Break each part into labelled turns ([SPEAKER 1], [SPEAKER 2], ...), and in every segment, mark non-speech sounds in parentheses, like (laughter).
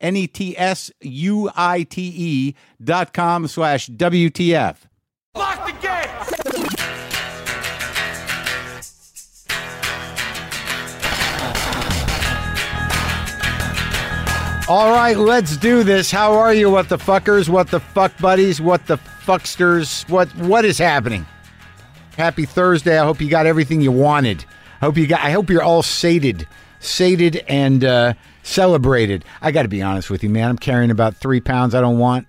[SPEAKER 1] N E T S U I T E dot com slash WTF.
[SPEAKER 2] Lock the gate!
[SPEAKER 1] All right, let's do this. How are you, what the fuckers, what the fuck buddies, what the fucksters, what what is happening? Happy Thursday. I hope you got everything you wanted. I hope you got I hope you're all sated, sated and uh, celebrated. I gotta be honest with you, man. I'm carrying about three pounds I don't want.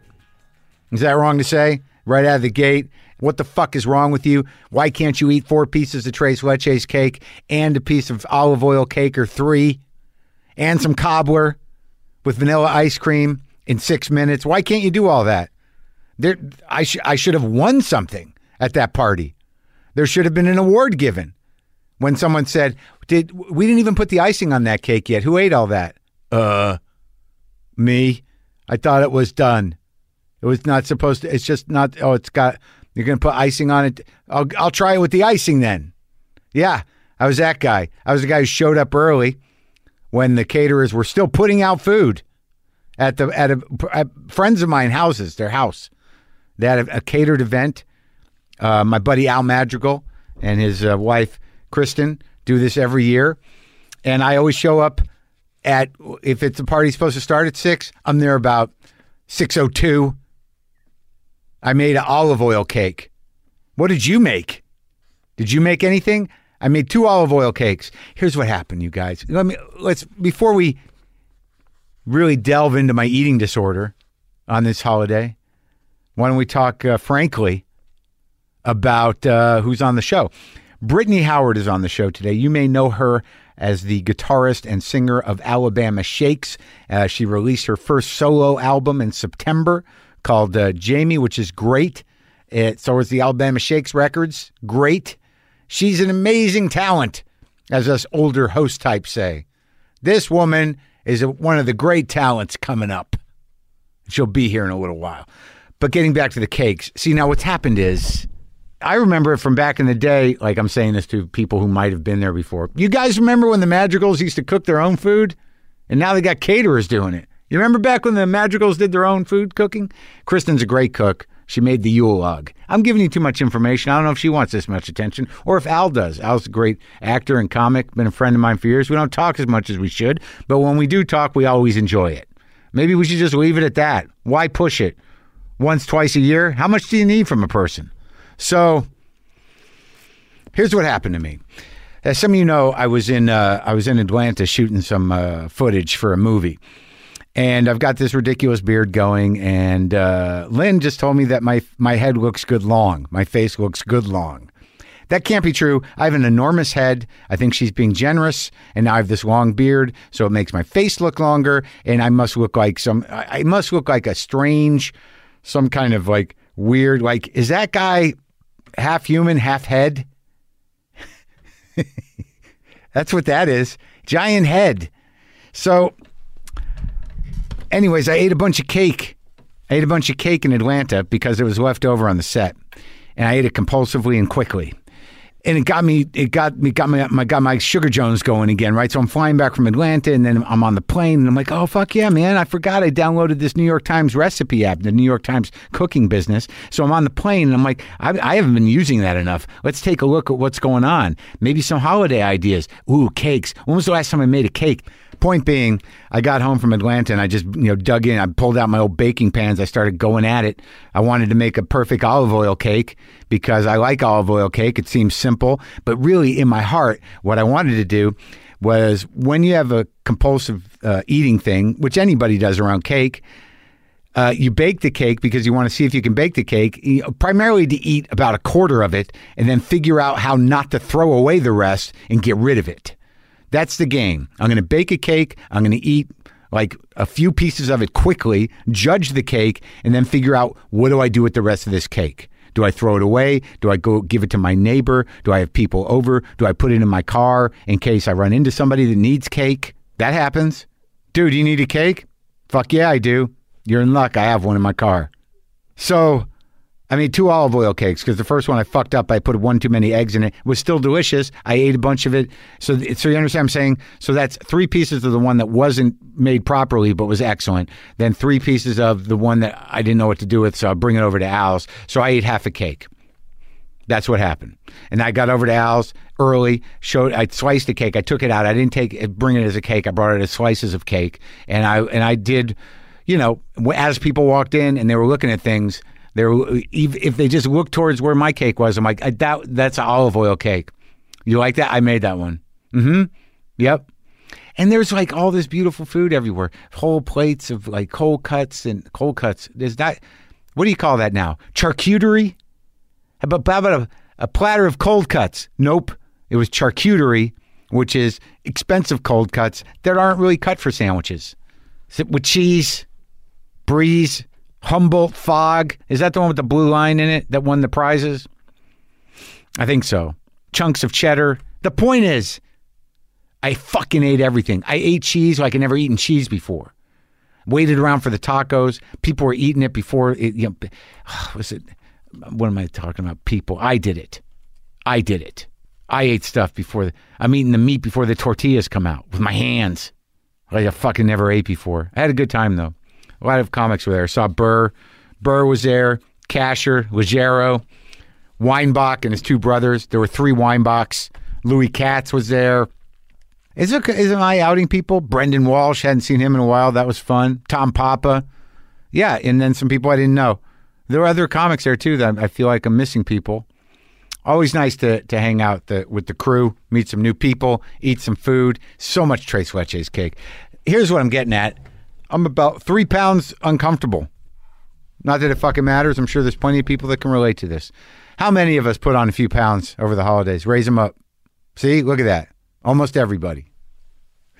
[SPEAKER 1] Is that wrong to say? Right out of the gate? What the fuck is wrong with you? Why can't you eat four pieces of Trace Leches cake and a piece of olive oil cake or three and some cobbler? with vanilla ice cream in six minutes. Why can't you do all that? There, I, sh- I should have won something at that party. There should have been an award given when someone said, "Did we didn't even put the icing on that cake yet? Who ate all that?" Uh, me. I thought it was done. It was not supposed to. It's just not. Oh, it's got. You're gonna put icing on it. I'll I'll try it with the icing then. Yeah, I was that guy. I was the guy who showed up early when the caterers were still putting out food at the at a at friends of mine houses, their house. They had a, a catered event. Uh, my buddy Al Madrigal and his uh, wife Kristen do this every year, and I always show up at if it's a party supposed to start at six. I'm there about six o two. I made an olive oil cake. What did you make? Did you make anything? I made two olive oil cakes. Here's what happened, you guys. Let me let's before we really delve into my eating disorder on this holiday. Why don't we talk uh, frankly about uh, who's on the show? Brittany Howard is on the show today. You may know her as the guitarist and singer of Alabama Shakes. Uh, she released her first solo album in September called uh, Jamie, which is great. It, so is the Alabama Shakes Records. Great. She's an amazing talent, as us older host types say. This woman is a, one of the great talents coming up. She'll be here in a little while. But getting back to the cakes, see now what's happened is I remember it from back in the day, like I'm saying this to people who might have been there before. You guys remember when the Madrigals used to cook their own food? And now they got caterers doing it. You remember back when the Madrigals did their own food cooking? Kristen's a great cook. She made the Yule log. I'm giving you too much information. I don't know if she wants this much attention or if Al does. Al's a great actor and comic, been a friend of mine for years. We don't talk as much as we should, but when we do talk, we always enjoy it. Maybe we should just leave it at that. Why push it? Once, twice a year? How much do you need from a person? So here's what happened to me. As some of you know, I was in uh, I was in Atlanta shooting some uh, footage for a movie, and I've got this ridiculous beard going. And uh, Lynn just told me that my my head looks good long, my face looks good long. That can't be true. I have an enormous head. I think she's being generous, and now I have this long beard, so it makes my face look longer, and I must look like some. I I must look like a strange, some kind of like weird. Like, is that guy half human, half head? (laughs) That's what that is. Giant head. So, anyways, I ate a bunch of cake. I ate a bunch of cake in Atlanta because it was left over on the set, and I ate it compulsively and quickly. And it got me, it got me, got my, my, got my Sugar Jones going again, right? So I'm flying back from Atlanta, and then I'm on the plane, and I'm like, oh fuck yeah, man! I forgot I downloaded this New York Times recipe app, the New York Times cooking business. So I'm on the plane, and I'm like, I, I haven't been using that enough. Let's take a look at what's going on. Maybe some holiday ideas. Ooh, cakes. When was the last time I made a cake? point being, I got home from Atlanta and I just you know dug in. I pulled out my old baking pans. I started going at it. I wanted to make a perfect olive oil cake because I like olive oil cake. It seems simple, but really in my heart, what I wanted to do was when you have a compulsive uh, eating thing, which anybody does around cake. Uh, you bake the cake because you want to see if you can bake the cake, you know, primarily to eat about a quarter of it and then figure out how not to throw away the rest and get rid of it. That's the game. I'm going to bake a cake. I'm going to eat like a few pieces of it quickly, judge the cake, and then figure out what do I do with the rest of this cake? Do I throw it away? Do I go give it to my neighbor? Do I have people over? Do I put it in my car in case I run into somebody that needs cake? That happens. Dude, you need a cake? Fuck yeah, I do. You're in luck. I have one in my car. So, I mean, two olive oil cakes because the first one I fucked up. I put one too many eggs in it. It was still delicious. I ate a bunch of it. So, th- so you understand what I'm saying? So that's three pieces of the one that wasn't made properly but was excellent. Then three pieces of the one that I didn't know what to do with. So I bring it over to Al's. So I ate half a cake. That's what happened. And I got over to Al's early, showed I sliced the cake. I took it out. I didn't take it, bring it as a cake. I brought it as slices of cake. And I and I did, you know, w- as people walked in and they were looking at things, they were, ev- if they just looked towards where my cake was, I'm like, I doubt that's an olive oil cake. You like that? I made that one. Mm-hmm. Yep. And there's like all this beautiful food everywhere. Whole plates of like cold cuts and cold cuts. There's not what do you call that now? Charcuterie? How about, how about a, a platter of cold cuts? Nope. It was charcuterie, which is expensive cold cuts that aren't really cut for sandwiches. Is it with cheese, breeze, Humboldt fog? Is that the one with the blue line in it that won the prizes? I think so. Chunks of cheddar. The point is, I fucking ate everything. I ate cheese like I never eaten cheese before. Waited around for the tacos. People were eating it before it. You know, (sighs) was it? What am I talking about? People. I did it. I did it. I ate stuff before. The, I'm eating the meat before the tortillas come out with my hands, like I fucking never ate before. I had a good time though. A lot of comics were there. I saw Burr. Burr was there. Casher, Legero, Weinbach, and his two brothers. There were three Weinbachs. Louis Katz was there. Is it, isn't I outing people? Brendan Walsh hadn't seen him in a while. That was fun. Tom Papa, yeah, and then some people I didn't know. There were other comics there too that I feel like I'm missing people. Always nice to to hang out the, with the crew, meet some new people, eat some food. So much Trace Leches cake. Here's what I'm getting at. I'm about three pounds uncomfortable. Not that it fucking matters. I'm sure there's plenty of people that can relate to this. How many of us put on a few pounds over the holidays? Raise them up. See, look at that. Almost everybody.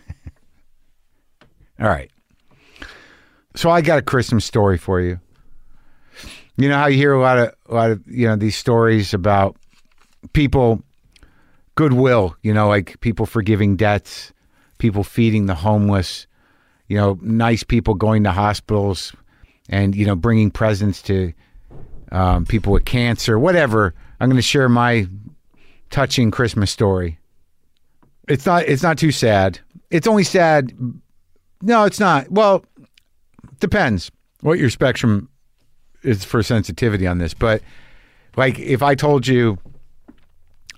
[SPEAKER 1] (laughs) All right. So I got a Christmas story for you. You know how you hear a lot of a lot of you know these stories about people goodwill, you know, like people forgiving debts, people feeding the homeless, you know, nice people going to hospitals and you know bringing presents to um, people with cancer, whatever. I'm going to share my touching Christmas story. It's not it's not too sad. It's only sad no, it's not. Well, depends what your spectrum is for sensitivity on this. But like, if I told you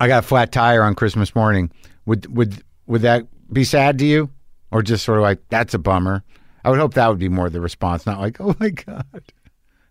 [SPEAKER 1] I got a flat tire on Christmas morning, would would would that be sad to you, or just sort of like that's a bummer? I would hope that would be more the response, not like (laughs) oh my god,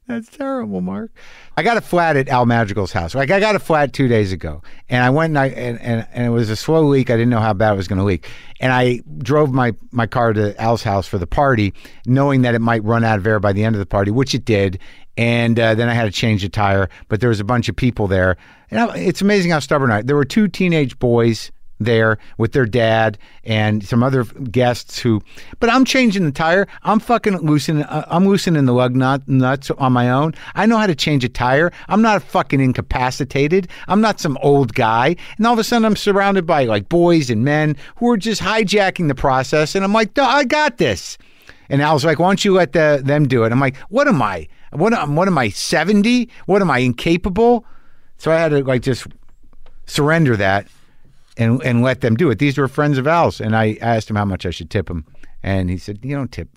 [SPEAKER 1] that's terrible, Mark. I got a flat at Al Madrigal's house. Like I got a flat two days ago, and I went and I and, and, and it was a slow leak. I didn't know how bad it was going to leak, and I drove my my car to Al's house for the party, knowing that it might run out of air by the end of the party, which it did. And uh, then I had to change the tire, but there was a bunch of people there, and I, it's amazing how stubborn I. There were two teenage boys there with their dad and some other guests who but I'm changing the tire I'm fucking loosening uh, I'm loosening the lug nut, nuts on my own I know how to change a tire I'm not fucking incapacitated I'm not some old guy and all of a sudden I'm surrounded by like boys and men who are just hijacking the process and I'm like "Duh, I got this and Al's like, "Why don't you let the, them do it?" I'm like, "What am I? What am? What am I? Seventy? What am I incapable?" So I had to like just surrender that and and let them do it. These were friends of Al's, and I asked him how much I should tip him, and he said, "You don't tip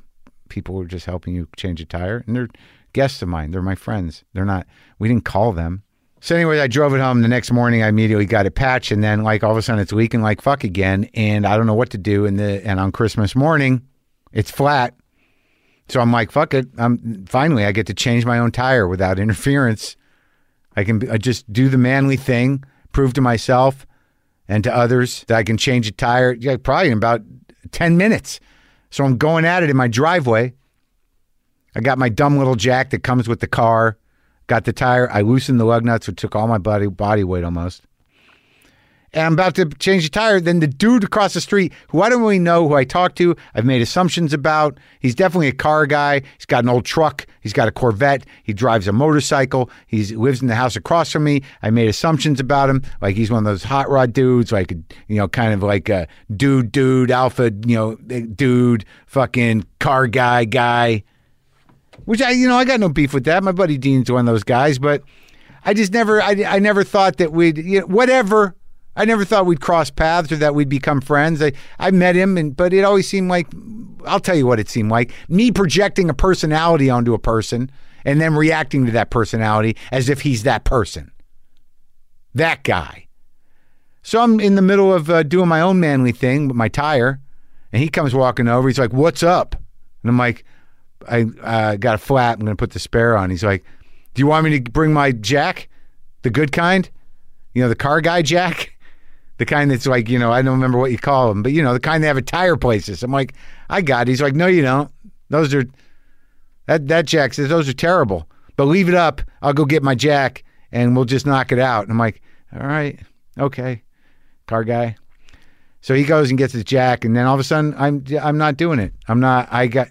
[SPEAKER 1] people who are just helping you change a tire, and they're guests of mine. They're my friends. They're not. We didn't call them." So, anyways, I drove it home. The next morning, I immediately got a patch, and then like all of a sudden, it's leaking like fuck again, and I don't know what to do. And the and on Christmas morning, it's flat. So I'm like, fuck it. I'm finally I get to change my own tire without (laughs) interference. I can be- I just do the manly thing, prove to myself and to others that I can change a tire yeah, probably in about 10 minutes. So I'm going at it in my driveway. I got my dumb little jack that comes with the car, got the tire. I loosened the lug nuts, which took all my body, body weight almost. And I'm about to change the tire. Then the dude across the street, who I don't really know, who I talked to, I've made assumptions about. He's definitely a car guy. He's got an old truck. He's got a Corvette. He drives a motorcycle. He's, he lives in the house across from me. I made assumptions about him, like he's one of those hot rod dudes, like you know, kind of like a dude, dude, alpha, you know, dude, fucking car guy, guy. Which I, you know, I got no beef with that. My buddy Dean's one of those guys, but I just never, I, I never thought that we'd, you know, whatever. I never thought we'd cross paths or that we'd become friends. I, I met him, and but it always seemed like, I'll tell you what it seemed like: me projecting a personality onto a person and then reacting to that personality as if he's that person, that guy. So I'm in the middle of uh, doing my own manly thing with my tire, and he comes walking over. He's like, "What's up?" And I'm like, I uh, got a flat. I'm going to put the spare on. He's like, Do you want me to bring my jack? The good kind? You know, the car guy jack? (laughs) The kind that's like, you know, I don't remember what you call them, but you know, the kind they have at tire places. I'm like, I got it. He's like, No, you don't. Those are, that, that jack says, Those are terrible. But leave it up. I'll go get my jack and we'll just knock it out. And I'm like, All right. Okay. Car guy. So he goes and gets his jack, and then all of a sudden, I'm I'm not doing it. I'm not. I got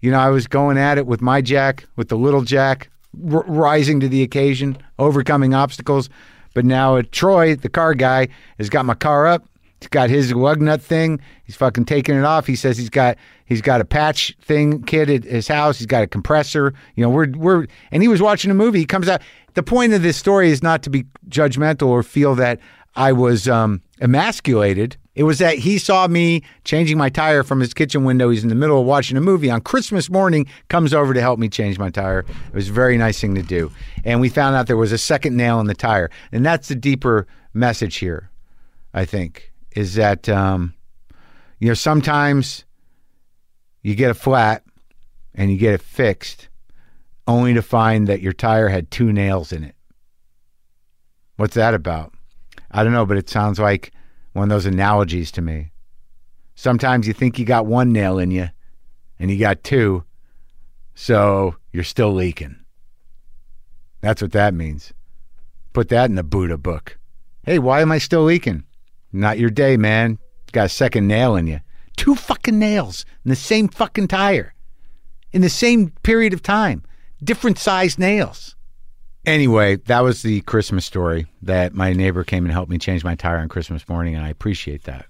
[SPEAKER 1] you know, I was going at it with my jack, with the little jack, r- rising to the occasion, overcoming obstacles. But now uh, Troy, the car guy, has got my car up. He's got his lug nut thing. He's fucking taking it off. He says he's got he's got a patch thing kit at his house. He's got a compressor. You know, we're we're and he was watching a movie. He comes out. The point of this story is not to be judgmental or feel that I was um, emasculated. It was that he saw me changing my tire from his kitchen window. He's in the middle of watching a movie on Christmas morning, comes over to help me change my tire. It was a very nice thing to do. And we found out there was a second nail in the tire. And that's the deeper message here, I think, is that, um, you know, sometimes you get a flat and you get it fixed only to find that your tire had two nails in it. What's that about? I don't know, but it sounds like one of those analogies to me. Sometimes you think you got one nail in you and you got two, so you're still leaking. That's what that means. Put that in the Buddha book. Hey, why am I still leaking? Not your day, man. Got a second nail in you. Two fucking nails in the same fucking tire in the same period of time, different sized nails. Anyway, that was the Christmas story that my neighbor came and helped me change my tire on Christmas morning, and I appreciate that.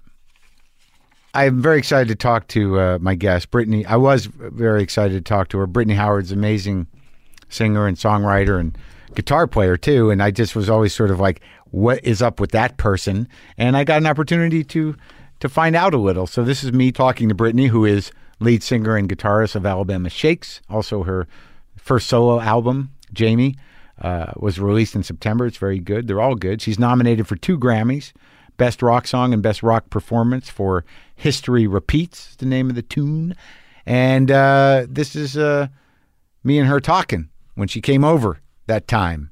[SPEAKER 1] I'm very excited to talk to uh, my guest, Brittany. I was very excited to talk to her. Brittany Howard's an amazing singer and songwriter and guitar player too, and I just was always sort of like, what is up with that person? And I got an opportunity to to find out a little. So this is me talking to Brittany, who is lead singer and guitarist of Alabama Shakes, also her first solo album, Jamie, uh, was released in September. It's very good. They're all good. She's nominated for two Grammys Best Rock Song and Best Rock Performance for History Repeats, is the name of the tune. And uh, this is uh, me and her talking when she came over that time.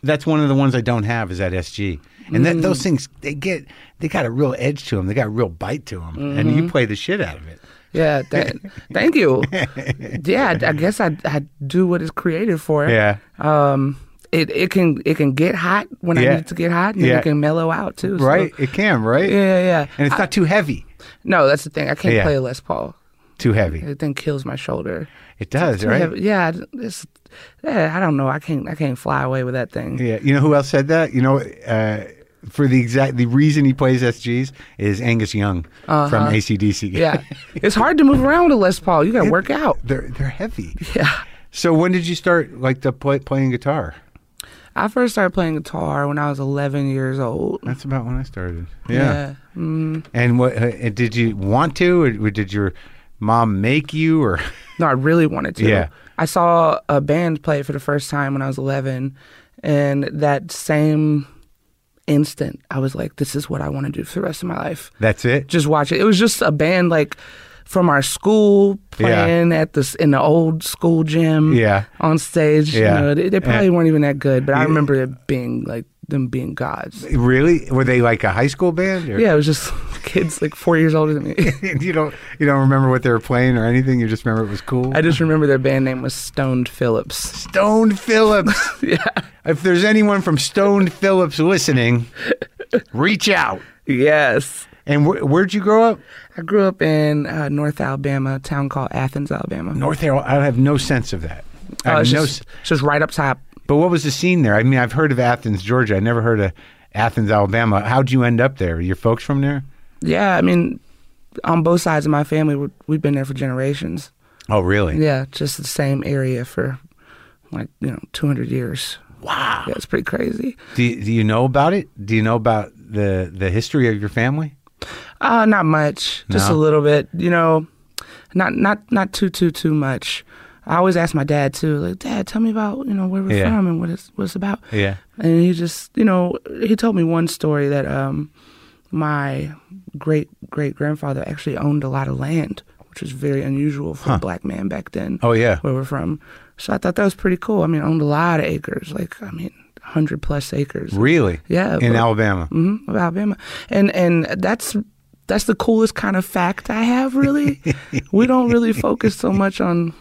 [SPEAKER 1] that's one of the ones I don't have is that SG. And then those things they get they got a real edge to them. They got a real bite to them, and you play the shit out of it.
[SPEAKER 3] Yeah. That,
[SPEAKER 1] (laughs)
[SPEAKER 3] thank you. Yeah. I I guess I I do what it's created for.
[SPEAKER 1] Yeah.
[SPEAKER 3] Um. It it can it can get hot when
[SPEAKER 1] Yeah.
[SPEAKER 3] I need it to get hot, and then
[SPEAKER 1] Yeah.
[SPEAKER 3] it can mellow out too. so-
[SPEAKER 1] Right. It can. Right.
[SPEAKER 3] yeah. Yeah.
[SPEAKER 1] And it's not too heavy.
[SPEAKER 3] No, that's the thing. I can't
[SPEAKER 1] Yeah.
[SPEAKER 3] play a Les Paul.
[SPEAKER 1] Too heavy.
[SPEAKER 3] It then kills my shoulder.
[SPEAKER 1] It does.
[SPEAKER 3] We
[SPEAKER 1] Right.
[SPEAKER 3] have- yeah, it's, yeah, I don't know. I can't. I can't fly away with that thing.
[SPEAKER 1] Yeah. You know who else said that? You know, uh, for the exact the reason he plays SGs is Angus Young from ACDC.
[SPEAKER 3] Uh-huh. Yeah, it's hard to move around with a Les Paul. You got to work out.
[SPEAKER 1] (laughs) They're they're heavy.
[SPEAKER 3] Yeah,
[SPEAKER 1] So when did you start like the play, playing guitar?
[SPEAKER 3] I first started playing guitar when I was 11 years old.
[SPEAKER 1] That's about when I started.
[SPEAKER 3] Mm.
[SPEAKER 1] And what uh, and did you want to, or, or did your mom make you, or (laughs)
[SPEAKER 3] No, I really wanted to.
[SPEAKER 1] Yeah.
[SPEAKER 3] I saw a band play for the first time when I was 11, and that same instant, I was like, "This is what I want to do for the rest of my life."
[SPEAKER 1] that's it?
[SPEAKER 3] just watch it. It was just a band like from our school
[SPEAKER 1] Yeah.
[SPEAKER 3] playing at this in the old school gym.
[SPEAKER 1] Yeah.
[SPEAKER 3] on stage.
[SPEAKER 1] Yeah.
[SPEAKER 3] you know, they, they probably
[SPEAKER 1] Yeah.
[SPEAKER 3] weren't even that good, but I remember it being like them being gods.
[SPEAKER 1] Really? Were they like a high school band? Or?
[SPEAKER 3] Yeah, it was just (laughs) kids like four years older than me.
[SPEAKER 1] (laughs)
[SPEAKER 3] (laughs)
[SPEAKER 1] you don't you don't remember what they were playing or anything. You just remember it was cool.
[SPEAKER 3] I just remember their band name was Stoned Phillips. (laughs)
[SPEAKER 1] Stone Phillips.
[SPEAKER 3] Yeah,
[SPEAKER 1] if there's anyone from Stone Phillips listening, reach out.
[SPEAKER 3] yes.
[SPEAKER 1] And wh- where'd you grow up?
[SPEAKER 3] I grew up in uh, North Alabama, a town called Athens, Alabama.
[SPEAKER 1] North Arrow. I have no sense of that. Mm. I
[SPEAKER 3] Uh,
[SPEAKER 1] have
[SPEAKER 3] it's,
[SPEAKER 1] no
[SPEAKER 3] just, it's just right up top.
[SPEAKER 1] But what was the scene there? I mean, I've heard of Athens, Georgia. I never heard of Athens, Alabama. How'd you end up there? Are your folks from there?
[SPEAKER 3] Yeah, I mean, on both sides of my family, we- we've been there for generations.
[SPEAKER 1] Oh, really?
[SPEAKER 3] Yeah, just the same area for like, you know, 200 years.
[SPEAKER 1] Wow.
[SPEAKER 3] Yeah, it's pretty crazy.
[SPEAKER 1] Do, do you know about it? Do you know about the, the history of your family?
[SPEAKER 3] Uh, not much, just
[SPEAKER 1] No?
[SPEAKER 3] a little bit, you know, not not not too too too much. I always ask my dad too, like, Dad, tell me about you know where we're
[SPEAKER 1] Yeah.
[SPEAKER 3] from and what it's what it's about.
[SPEAKER 1] Yeah.
[SPEAKER 3] And he just, you know, he told me one story that um, my great great grandfather actually owned a lot of land, which was very unusual for a black man back then.
[SPEAKER 1] Oh, yeah.
[SPEAKER 3] where we're from. So I thought that was pretty cool. I mean, I owned a lot of acres, like I mean, hundred plus acres.
[SPEAKER 1] Really?
[SPEAKER 3] Yeah,
[SPEAKER 1] In
[SPEAKER 3] but-
[SPEAKER 1] Alabama.
[SPEAKER 3] hmm of Alabama, and and that's that's the coolest kind of fact I
[SPEAKER 1] (laughs)
[SPEAKER 3] have. Really, we don't really focus so much on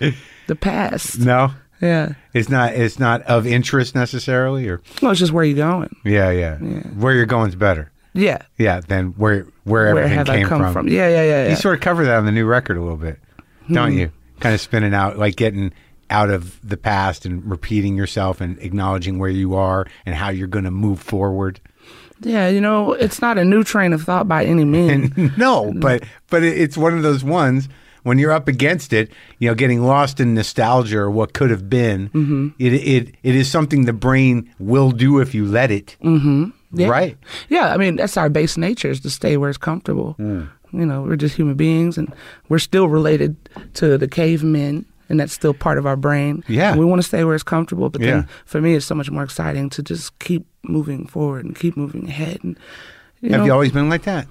[SPEAKER 3] the past.
[SPEAKER 1] No,
[SPEAKER 3] Yeah,
[SPEAKER 1] it's not. It's not of interest necessarily. Or
[SPEAKER 3] well, it's just where you going.
[SPEAKER 1] yeah, yeah. Where you're going's better.
[SPEAKER 3] Yeah,
[SPEAKER 1] Yeah, than where where
[SPEAKER 3] where
[SPEAKER 1] everything
[SPEAKER 3] have I
[SPEAKER 1] came
[SPEAKER 3] come from? Yeah, yeah, yeah. Hmm.
[SPEAKER 1] You
[SPEAKER 3] yeah.
[SPEAKER 1] sort of cover that on the new record a little bit, don't you? Kind of spinning out, like getting out of the past and repeating yourself and acknowledging where you are and how you're going to move forward. (laughs)
[SPEAKER 3] yeah, you know, it's not a new train of thought by any means.
[SPEAKER 1] no,
[SPEAKER 3] Mm.
[SPEAKER 1] but but it- it's one of those ones when you're up against it, you know, getting lost in nostalgia or what could have been.
[SPEAKER 3] Mm-hmm.
[SPEAKER 1] It it it is something the brain will do if you let it. Mm-hmm. Right.
[SPEAKER 3] Yeah, I mean that's our base nature is to stay where it's comfortable.
[SPEAKER 1] Hmm.
[SPEAKER 3] You know, we're just human beings, and we're still related to the cavemen, and that's still part of our brain.
[SPEAKER 1] Yeah.
[SPEAKER 3] And we want to stay where it's comfortable. But
[SPEAKER 1] Yeah.
[SPEAKER 3] then, for me, it's so much more exciting to just keep moving forward and keep moving ahead. And you
[SPEAKER 1] have
[SPEAKER 3] know,
[SPEAKER 1] you always been like that?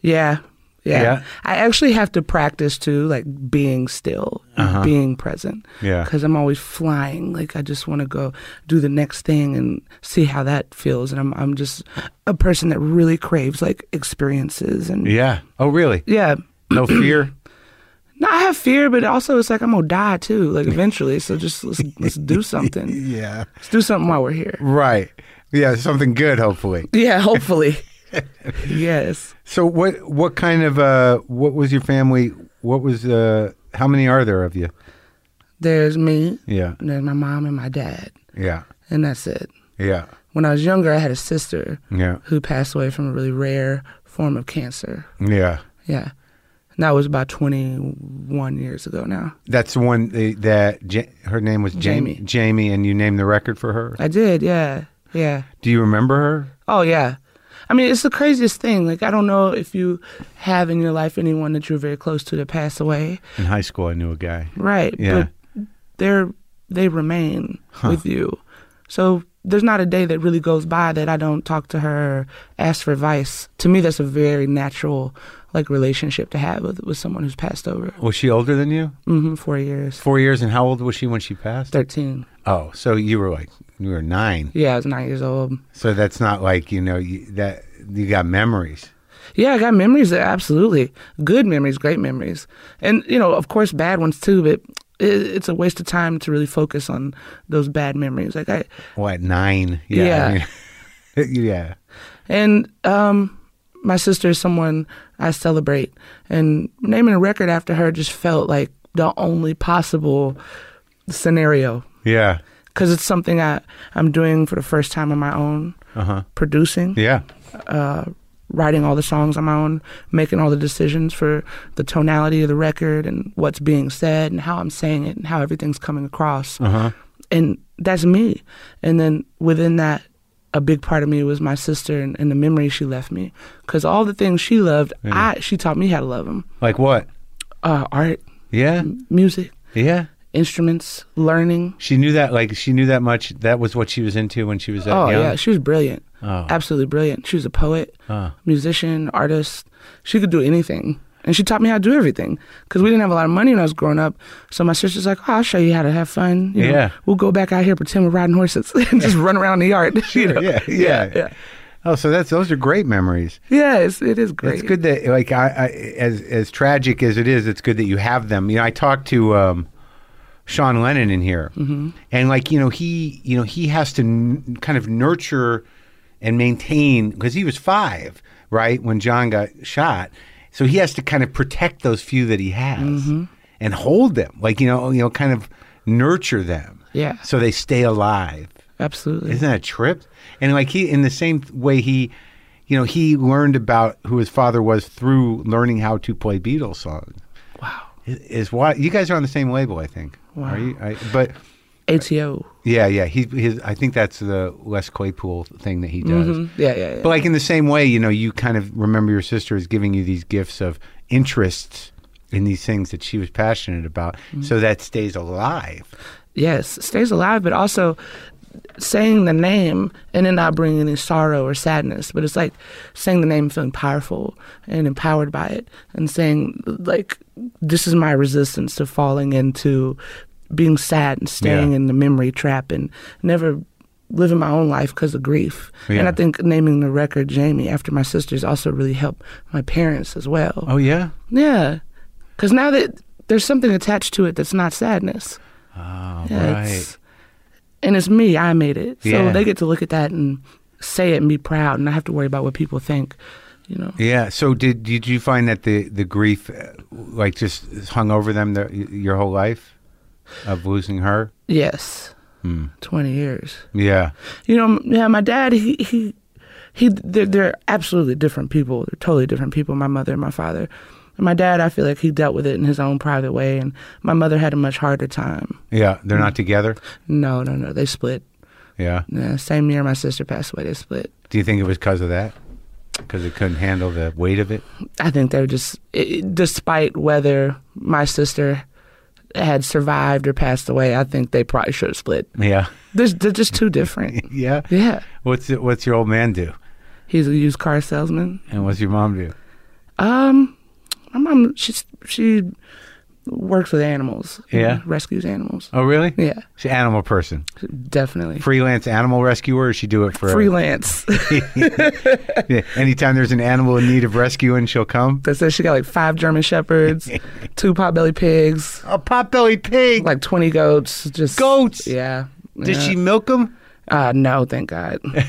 [SPEAKER 3] yeah, yeah,
[SPEAKER 1] Yeah.
[SPEAKER 3] I actually have to practice too, like being still, and being present.
[SPEAKER 1] Uh-huh. Yeah.
[SPEAKER 3] Because I'm always flying. Like I just want to go do the next thing and see how that feels. And I'm I'm just a person that really craves like experiences and
[SPEAKER 1] Yeah. Oh, really?
[SPEAKER 3] yeah.
[SPEAKER 1] No
[SPEAKER 3] (clears throat)
[SPEAKER 1] fear.
[SPEAKER 3] No, I have fear, but also it's like I'm gonna die too, like eventually. So just
[SPEAKER 1] (laughs)
[SPEAKER 3] let's let's do something.
[SPEAKER 1] yeah.
[SPEAKER 3] Let's do something while we're here.
[SPEAKER 1] Right. Yeah, something good, hopefully. (laughs)
[SPEAKER 3] Yeah, hopefully. yes.
[SPEAKER 1] So, what what kind of uh, what was your family? What was uh, how many are there of you?
[SPEAKER 3] There's me,
[SPEAKER 1] Yeah.
[SPEAKER 3] and there's my mom and my dad,
[SPEAKER 1] Yeah.
[SPEAKER 3] and that's it.
[SPEAKER 1] Yeah.
[SPEAKER 3] When I was younger, I had a sister
[SPEAKER 1] Yeah.
[SPEAKER 3] who passed away from a really rare form of cancer.
[SPEAKER 1] Yeah.
[SPEAKER 3] Yeah. And that was about 21 years ago now.
[SPEAKER 1] That's the one the- that ja- her name was Jamie.
[SPEAKER 3] Jamie.
[SPEAKER 1] Jamie, and you named the record for her.
[SPEAKER 3] I did, yeah. Yeah.
[SPEAKER 1] Do you remember her?
[SPEAKER 3] Oh, yeah. I mean, it's the craziest thing. Like, I don't know if you have in your life anyone that you're very close to that passed away.
[SPEAKER 1] In high school, I knew a guy.
[SPEAKER 3] Right.
[SPEAKER 1] Yeah.
[SPEAKER 3] But they're, they remain with you. So there's not a day that really goes by that I don't talk to her, ask for advice. To me, that's a very natural, like, relationship to have with, with someone who's passed over.
[SPEAKER 1] Was she older than you?
[SPEAKER 3] hmm four years.
[SPEAKER 1] Four years. And how old was she when she passed?
[SPEAKER 3] 13.
[SPEAKER 1] Oh, so you were like you were nine.
[SPEAKER 3] Yeah, I was nine years old.
[SPEAKER 1] So that's not like you know you, that you got memories.
[SPEAKER 3] Yeah, I got memories. that- Absolutely, good memories, great memories, and you know, of course, bad ones too. But it, it's a waste of time to really focus on those bad memories. Like I
[SPEAKER 1] What nine? Yeah.
[SPEAKER 3] Yeah.
[SPEAKER 1] I mean, (laughs) yeah.
[SPEAKER 3] and um, my sister is someone I celebrate, and naming a record after her just felt like the only possible scenario
[SPEAKER 1] Yeah.
[SPEAKER 3] because it's something I I'm doing for the first time on my own,
[SPEAKER 1] Uh-huh.
[SPEAKER 3] producing.
[SPEAKER 1] Yeah.
[SPEAKER 3] writing all the songs on my own, making all the decisions for the tonality of the record and what's being said and how I'm saying it and how everything's coming across.
[SPEAKER 1] Uh-huh.
[SPEAKER 3] And that's me. And then within that, a big part of me was my sister and, and the memories she left me, because all the things she loved, I she taught me how to love them.
[SPEAKER 1] Like what?
[SPEAKER 3] Uh, art,
[SPEAKER 1] Yeah.
[SPEAKER 3] music,
[SPEAKER 1] Yeah.
[SPEAKER 3] instruments, learning.
[SPEAKER 1] She knew that. Like she knew that much. That was what she was into when she was that
[SPEAKER 3] oh
[SPEAKER 1] young.
[SPEAKER 3] yeah, she was brilliant.
[SPEAKER 1] Oh.
[SPEAKER 3] Absolutely brilliant. She was a poet,
[SPEAKER 1] Oh.
[SPEAKER 3] musician, artist. She could do anything. And she taught me how to do everything because we didn't have a lot of money when I was growing up. So my sister's like, oh, I'll show you how to have fun. You know,
[SPEAKER 1] Yeah.
[SPEAKER 3] We'll go back out here, pretend we're riding horses (laughs) and just run around the yard. (laughs) you
[SPEAKER 1] (laughs)
[SPEAKER 3] know?
[SPEAKER 1] Yeah, yeah.
[SPEAKER 3] Yeah.
[SPEAKER 1] Oh, so that's those are great memories.
[SPEAKER 3] Yeah, it's, it is great.
[SPEAKER 1] It's good that like I, I as as tragic as it is, it's good that you have them. You know, I talked to um, Sean Lennon in here,
[SPEAKER 3] Mm-hmm.
[SPEAKER 1] and like you know he you know he has to n- kind of nurture and maintain because he was five right when John got shot, so he has to kind of protect those few that he has
[SPEAKER 3] Mm-hmm.
[SPEAKER 1] and hold them like you know you know kind of nurture them
[SPEAKER 3] Yeah.
[SPEAKER 1] so they stay alive.
[SPEAKER 3] Absolutely.
[SPEAKER 1] Isn't that a trip? And like he, in the same way, he, you know, he learned about who his father was through learning how to play Beatles songs.
[SPEAKER 3] Wow.
[SPEAKER 1] Is- Is why you guys are on the same label, I think.
[SPEAKER 3] Wow.
[SPEAKER 1] Are you? I, but
[SPEAKER 3] ATO.
[SPEAKER 1] yeah, yeah. He, his, I think that's the Les Claypool thing that he does.
[SPEAKER 3] Mhm. Yeah, yeah, yeah.
[SPEAKER 1] But like in the same way, you know, you kind of remember your sister as giving you these gifts of interests in these things that she was passionate about,
[SPEAKER 3] Mm-hmm.
[SPEAKER 1] so that stays alive.
[SPEAKER 3] yes, stays alive, but also saying the name and then not bringing any sorrow or sadness. But it's like saying the name, feeling powerful and empowered by it, and saying like, "This is my resistance to falling into being sad and staying
[SPEAKER 1] Yeah.
[SPEAKER 3] in the memory trap and never." Living my own life because of grief, and
[SPEAKER 1] Yeah.
[SPEAKER 3] I think naming the record Jamie after my sisters also really helped my parents as well.
[SPEAKER 1] Oh yeah.
[SPEAKER 3] Yeah, because now that there's something attached to it that's not sadness.
[SPEAKER 1] Oh
[SPEAKER 3] Yeah,
[SPEAKER 1] right.
[SPEAKER 3] it's- and it's me. I made it. So
[SPEAKER 1] Yeah.
[SPEAKER 3] they get to look at that and say it and be proud and not have to worry about what people think, you know.
[SPEAKER 1] Yeah. So did did you find that the the grief, uh, like, just hung over them the, your whole life, of losing her?
[SPEAKER 3] Yes.
[SPEAKER 1] Hmm.
[SPEAKER 3] 20 years.
[SPEAKER 1] Yeah.
[SPEAKER 3] You know, m- yeah, my dad, he, he, he they're, they're absolutely different people. They're totally different people, my mother and my father. And my dad, I feel like he dealt with it in his own private way, and my mother had a much harder time.
[SPEAKER 1] Yeah. They're not together.
[SPEAKER 3] No, no, no. They split.
[SPEAKER 1] Yeah.
[SPEAKER 3] Yeah, same year my sister passed away, they split.
[SPEAKER 1] Do you think it was because of that? Because they couldn't handle the weight of it.
[SPEAKER 3] I think they were just, it, despite whether my sister had survived or passed away, I think they probably should have split.
[SPEAKER 1] Yeah.
[SPEAKER 3] They're, they're just
[SPEAKER 1] (laughs)
[SPEAKER 3] too different.
[SPEAKER 1] Yeah.
[SPEAKER 3] Yeah.
[SPEAKER 1] What's it, what's your old man do?
[SPEAKER 3] He's a used car salesman.
[SPEAKER 1] And what's your mom do?
[SPEAKER 3] Um, my mom, she's, she works with animals.
[SPEAKER 1] Yeah.
[SPEAKER 3] Rescues animals.
[SPEAKER 1] Oh, really?
[SPEAKER 3] Yeah,
[SPEAKER 1] She's an animal person,
[SPEAKER 3] definitely.
[SPEAKER 1] freelance animal rescuer. Or she do it for
[SPEAKER 3] Freelance.
[SPEAKER 1] (laughs)
[SPEAKER 3] (laughs)
[SPEAKER 1] Yeah. Anytime there's an animal in need of rescuing, she'll come.
[SPEAKER 3] that says she got like five
[SPEAKER 1] (laughs)
[SPEAKER 3] German shepherds, two potbelly pigs,
[SPEAKER 1] A potbelly pig.
[SPEAKER 3] like 20 goats. Just
[SPEAKER 1] Goats?
[SPEAKER 3] Yeah.
[SPEAKER 1] Did
[SPEAKER 3] yeah.
[SPEAKER 1] she milk them?
[SPEAKER 3] Uh, no, thank Ah, God.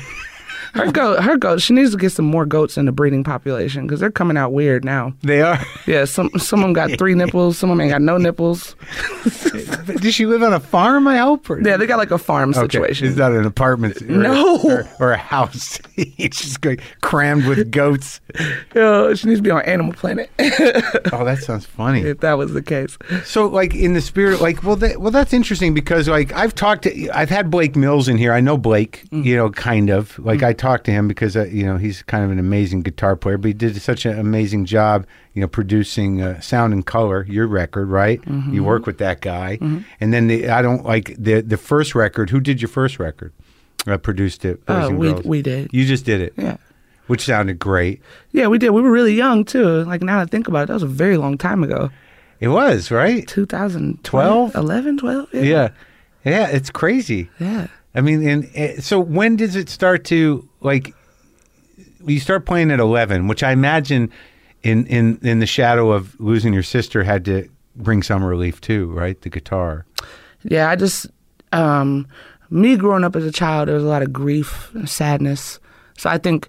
[SPEAKER 3] Her goat, her goat. She needs to get some more goats in the breeding population because they're coming out weird now.
[SPEAKER 1] They are.
[SPEAKER 3] Yeah, some some of them got three nipples, some of them ain't got no nipples.
[SPEAKER 1] Does she live on a farm? I hope. Or?
[SPEAKER 3] Yeah, they got like a farm
[SPEAKER 1] Okay.
[SPEAKER 3] situation.
[SPEAKER 1] It's not an apartment. or-
[SPEAKER 3] No.
[SPEAKER 1] Or, or a house. (laughs) it's just going crammed with goats.
[SPEAKER 3] Yeah, she needs to be on Animal Planet (laughs)
[SPEAKER 1] Oh, that sounds funny.
[SPEAKER 3] if that was the case.
[SPEAKER 1] So, like in the spirit, like well, that, well, that's interesting because like I've talked to, I've had Blake Mills in here. I know Blake,
[SPEAKER 3] Mm-hmm.
[SPEAKER 1] you know, kind of like I talked to him because uh, you know he's kind of an amazing guitar player, but he did such an amazing job, you know, producing uh, sound and color. Your record, right?
[SPEAKER 3] Mm-hmm.
[SPEAKER 1] You work with that guy, and then the, I don't like the the first record. Who did your first record? Uh, produced it. Boys
[SPEAKER 3] Uh,
[SPEAKER 1] and
[SPEAKER 3] we-
[SPEAKER 1] Girls.
[SPEAKER 3] we did.
[SPEAKER 1] You just did it.
[SPEAKER 3] Yeah.
[SPEAKER 1] Which sounded great.
[SPEAKER 3] Yeah, we did. We were really young too. Like now that I think about it, that was a very long time ago.
[SPEAKER 1] It was right.
[SPEAKER 3] 2012, 11, 12. Yeah.
[SPEAKER 1] Yeah, yeah. It's crazy.
[SPEAKER 3] Yeah.
[SPEAKER 1] I mean, and, and so when does it start to like? You start playing at eleven, which I imagine, in in in the shadow of losing your sister, had to bring some relief too, right? The guitar.
[SPEAKER 3] Yeah, I just um me growing up as a child, there was a lot of grief and sadness. So I think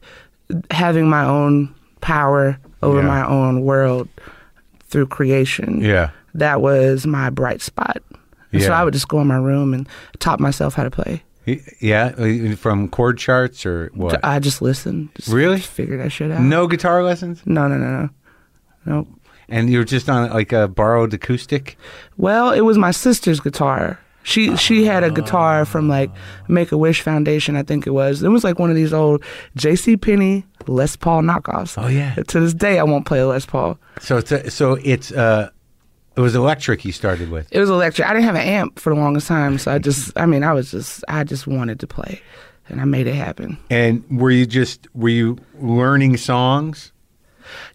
[SPEAKER 3] having my own power over
[SPEAKER 1] Yeah.
[SPEAKER 3] my own world through creation.
[SPEAKER 1] Yeah.
[SPEAKER 3] That was my bright spot. And So
[SPEAKER 1] Yeah.
[SPEAKER 3] I would just go in my room and taught myself how to play.
[SPEAKER 1] Y- Yeah, uh, from chord charts or what?
[SPEAKER 3] I just listened. Just
[SPEAKER 1] Really?
[SPEAKER 3] Figure that shit out.
[SPEAKER 1] no guitar lessons,
[SPEAKER 3] No, no, no, no. Nope.
[SPEAKER 1] and you're just on like a borrowed acoustic.
[SPEAKER 3] Well, it was my sister's guitar. She she had a guitar from
[SPEAKER 1] Ah.
[SPEAKER 3] like Make a Wish Foundation, I think it was. It was like one of these old J.C. Penney Les Paul knockoffs.
[SPEAKER 1] Oh, yeah.
[SPEAKER 3] To this day, I won't play a Les Paul.
[SPEAKER 1] So it's a, so it's uh, it was electric. You started with.
[SPEAKER 3] It was electric. I didn't have an amp for the longest time, so I
[SPEAKER 1] (laughs)
[SPEAKER 3] just I mean I was just I just wanted to play, and I made it happen.
[SPEAKER 1] And were you just were you learning songs?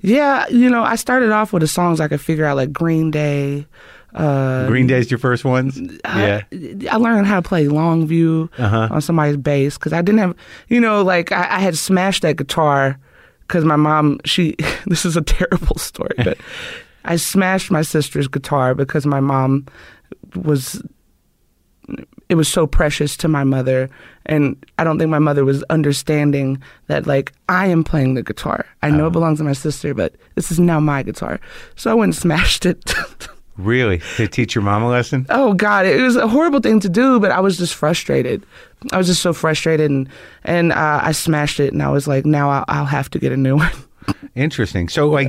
[SPEAKER 3] Yeah, you know I started off with the songs I could figure out like Green Day. Uh,
[SPEAKER 1] Green Day's your first ones. yeah.
[SPEAKER 3] I learned how to play Longview on somebody's bass because I didn't have, you know, like I, I had smashed that guitar because my mom, she, (laughs) this is a terrible (laughs) story, but I smashed my sister's guitar because my mom was, it was so precious to my mother. And I don't think my mother was understanding that, like, I am playing the guitar. I know it belongs to my sister, but this is now my guitar. So I went and smashed it. (laughs)
[SPEAKER 1] Really? To teach your mom a lesson?
[SPEAKER 3] oh god it was a horrible thing to do but i was just frustrated i was just so frustrated and and uh, i smashed it and i was like now I'll, I'll have to get a new (laughs) one
[SPEAKER 1] Interesting. So like,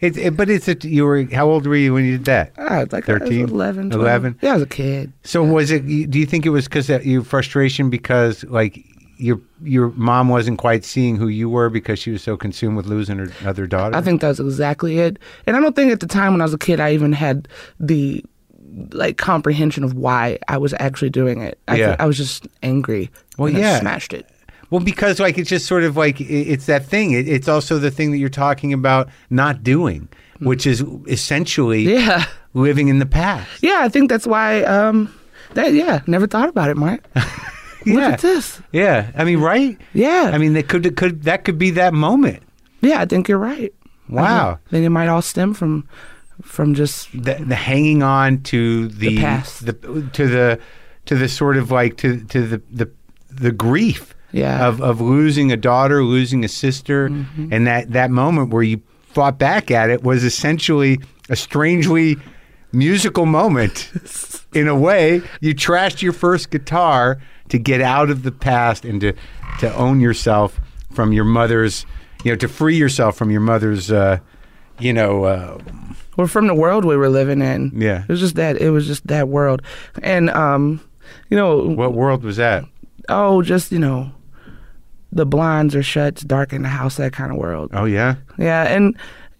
[SPEAKER 1] it, it- but it's a, you were how old were you when you did that?
[SPEAKER 3] I was like I was
[SPEAKER 1] 13?
[SPEAKER 3] 11 12.
[SPEAKER 1] 11?
[SPEAKER 3] yeah i was a kid
[SPEAKER 1] So was it? you- Do you think it was because your frustration because like your your mom wasn't quite seeing who you were because she was so consumed with losing her other daughter?
[SPEAKER 3] i think that was exactly it and i don't think at the time when i was a kid i even had the like comprehension of why i was actually doing it i,
[SPEAKER 1] Yeah.
[SPEAKER 3] I was just angry well
[SPEAKER 1] yeah.
[SPEAKER 3] I smashed it
[SPEAKER 1] Well, because like it's just sort of like i it's that thing. It, it's also the thing that you're talking about not doing, which is essentially
[SPEAKER 3] Mm. Yeah. (laughs)
[SPEAKER 1] living in the past.
[SPEAKER 3] yeah i think that's why um that yeah never thought about
[SPEAKER 1] (laughs)
[SPEAKER 3] it mark look
[SPEAKER 1] Yeah.
[SPEAKER 3] at this
[SPEAKER 1] Yeah, I mean, right?
[SPEAKER 3] yeah
[SPEAKER 1] I mean, that could it could that could be that moment.
[SPEAKER 3] Yeah, I think you're right.
[SPEAKER 1] Wow.
[SPEAKER 3] I think- think it might all stem from from just
[SPEAKER 1] the, the hanging on to the,
[SPEAKER 3] The past.
[SPEAKER 1] the- to the to the sort of like to to the the, the grief
[SPEAKER 3] Yeah. Mm-hmm.
[SPEAKER 1] of of losing a daughter, losing a sister, and that that moment where you fought back at it was essentially a strangely musical
[SPEAKER 3] (laughs)
[SPEAKER 1] moment. In a way, you trashed your first guitar to get out of the past and to to own yourself from your mother's, you know, to free yourself from your mother's, uh, you know, uh,
[SPEAKER 3] or from the world we were living in.
[SPEAKER 1] Yeah.
[SPEAKER 3] It was just that it was just that world. And um, you know,
[SPEAKER 1] what world was that?
[SPEAKER 3] oh just, you know, the blinds are shut, it's dark in the house, that kind of world.
[SPEAKER 1] Oh yeah,
[SPEAKER 3] Yeah, and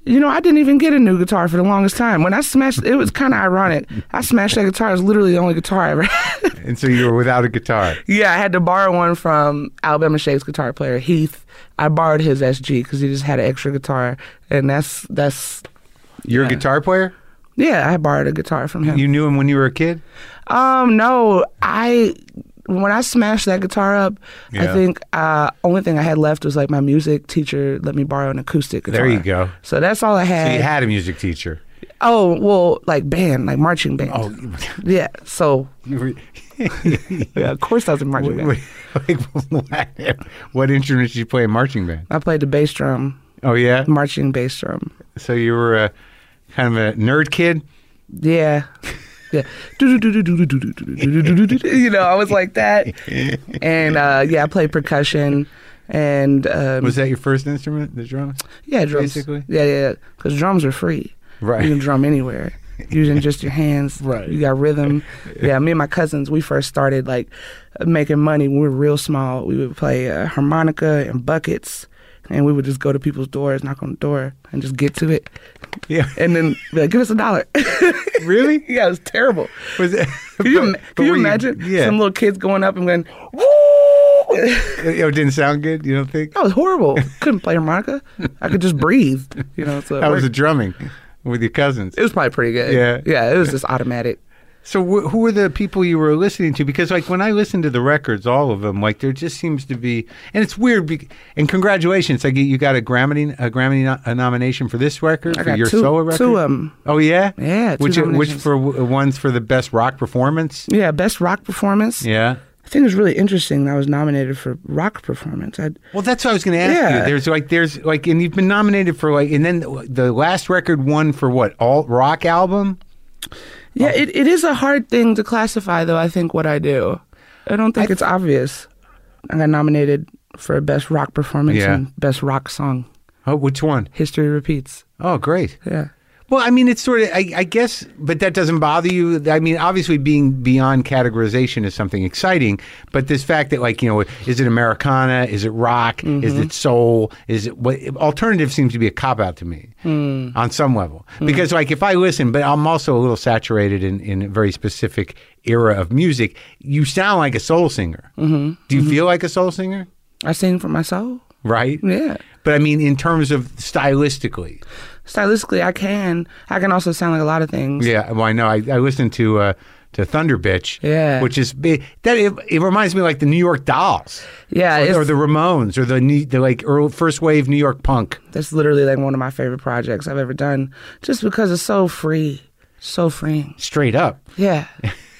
[SPEAKER 3] you know, I didn't even get a new guitar for the longest time. When I smashed it was kinda ironic. I smashed that guitar, it was literally the only guitar I ever had.
[SPEAKER 1] and so you were without a guitar.
[SPEAKER 3] Yeah, I had to borrow one from Alabama Shakes guitar player Heath. I borrowed his SG because he just had an extra guitar, and that's that's
[SPEAKER 1] You're a guitar player.
[SPEAKER 3] yeah. I borrowed a guitar from him.
[SPEAKER 1] You knew him when you were a kid.
[SPEAKER 3] um, no, I when I smashed that guitar up,
[SPEAKER 1] Yeah.
[SPEAKER 3] I think uh, only thing I had left was like my music teacher let me borrow an acoustic guitar.
[SPEAKER 1] There you go.
[SPEAKER 3] So that's all I had.
[SPEAKER 1] So you had a music teacher.
[SPEAKER 3] Oh well, like band, like marching band.
[SPEAKER 1] Oh.
[SPEAKER 3] yeah. So
[SPEAKER 1] (laughs) You were- (laughs)
[SPEAKER 3] yeah, of course I was in marching band.
[SPEAKER 1] Wait, wait, what, what instrument did you play in marching band?
[SPEAKER 3] I played the bass drum,
[SPEAKER 1] Oh yeah,
[SPEAKER 3] marching bass drum.
[SPEAKER 1] so you were a kind of a nerd kid.
[SPEAKER 3] Yeah. Yeah. (laughs) you know, I was like that. And uh, yeah, I played percussion and um,
[SPEAKER 1] Was that your first instrument, the drums?
[SPEAKER 3] yeah, drums.
[SPEAKER 1] basically?
[SPEAKER 3] Yeah, yeah, cuz drums are free.
[SPEAKER 1] Right.
[SPEAKER 3] You can drum anywhere using just your hands.
[SPEAKER 1] Right.
[SPEAKER 3] You got rhythm. Yeah, me and my cousins, we first started like making money when we were real small. We would play uh, harmonica and buckets. And we would just go to people's doors, knock on the door, and just get to it,
[SPEAKER 1] Yeah,
[SPEAKER 3] and then be like, "Give us a dollar."
[SPEAKER 1] (laughs)
[SPEAKER 3] (laughs)
[SPEAKER 1] really?
[SPEAKER 3] yeah, it was terrible.
[SPEAKER 1] Was
[SPEAKER 3] (laughs)
[SPEAKER 1] it?
[SPEAKER 3] Can you,
[SPEAKER 1] but-
[SPEAKER 3] can
[SPEAKER 1] but
[SPEAKER 3] you
[SPEAKER 1] were
[SPEAKER 3] imagine
[SPEAKER 1] yeah,
[SPEAKER 3] some little kids going up and going, "Woo!" (laughs) That
[SPEAKER 1] it, it didn't sound good. You don't think?
[SPEAKER 3] was horrible. Couldn't play harmonica. I could just breathe. You know, so it,
[SPEAKER 1] How was the
[SPEAKER 3] worked.
[SPEAKER 1] drumming with your cousins?
[SPEAKER 3] It was probably pretty good.
[SPEAKER 1] Yeah.
[SPEAKER 3] yeah, it was just automatic.
[SPEAKER 1] So wh- who were the people you were listening to? Because like when I listen to the records, all of them, like there just seems to be, and it's weird. Be- and congratulations, like you- you got a Grammy a Grammy no- a nomination for this record
[SPEAKER 3] I
[SPEAKER 1] for
[SPEAKER 3] got
[SPEAKER 1] your
[SPEAKER 3] two-
[SPEAKER 1] solo record.
[SPEAKER 3] two of 'em.
[SPEAKER 1] Oh yeah,
[SPEAKER 3] Yeah, two
[SPEAKER 1] Which which
[SPEAKER 3] nominations.
[SPEAKER 1] for w- ones for the best rock performance.
[SPEAKER 3] Yeah, best rock performance.
[SPEAKER 1] Yeah.
[SPEAKER 3] I think it was really interesting. that I was nominated for rock performance. I
[SPEAKER 1] Well, that's what I was going to ask you.
[SPEAKER 3] Yeah.
[SPEAKER 1] There's like there's like, and you've been nominated for like, and then the, the last record won for what alt rock album.
[SPEAKER 3] yeah,
[SPEAKER 1] Oh.
[SPEAKER 3] it, it is a hard thing to classify though. I think what I do, I don't think it's obvious. I got nominated for best rock performance
[SPEAKER 1] Yeah.
[SPEAKER 3] and best rock song.
[SPEAKER 1] Oh, which one?
[SPEAKER 3] History repeats.
[SPEAKER 1] Oh, great.
[SPEAKER 3] Yeah.
[SPEAKER 1] Well, I mean, it's sort of, I, I guess, but that doesn't bother you. I mean, obviously, being beyond categorization is something exciting, but this fact that, like, you know, is it Americana? Is it rock? Is it soul? Is it what? Alternative seems to be a cop out to me on some level. Because, like, if I listen, but I'm also a little saturated in, in a very specific era of music, you sound like a soul singer. Do you feel like a soul singer?
[SPEAKER 3] I sing for my soul.
[SPEAKER 1] Right?
[SPEAKER 3] Yeah.
[SPEAKER 1] But I mean, in terms of stylistically,
[SPEAKER 3] Stylistically, I can. I can also sound like a lot of things.
[SPEAKER 1] Yeah, well, I know. I, I listened to uh, to Thunder Bitch.
[SPEAKER 3] Yeah.
[SPEAKER 1] which is big. That it, it reminds me like the New York Dolls.
[SPEAKER 3] Yeah,
[SPEAKER 1] or,
[SPEAKER 3] it's-
[SPEAKER 1] or the Ramones, or the ne- the like early, first wave New York punk.
[SPEAKER 3] That's literally like one of my favorite projects I've ever done, just because it's so free, so freeing.
[SPEAKER 1] Straight up, (laughs)
[SPEAKER 3] Yeah.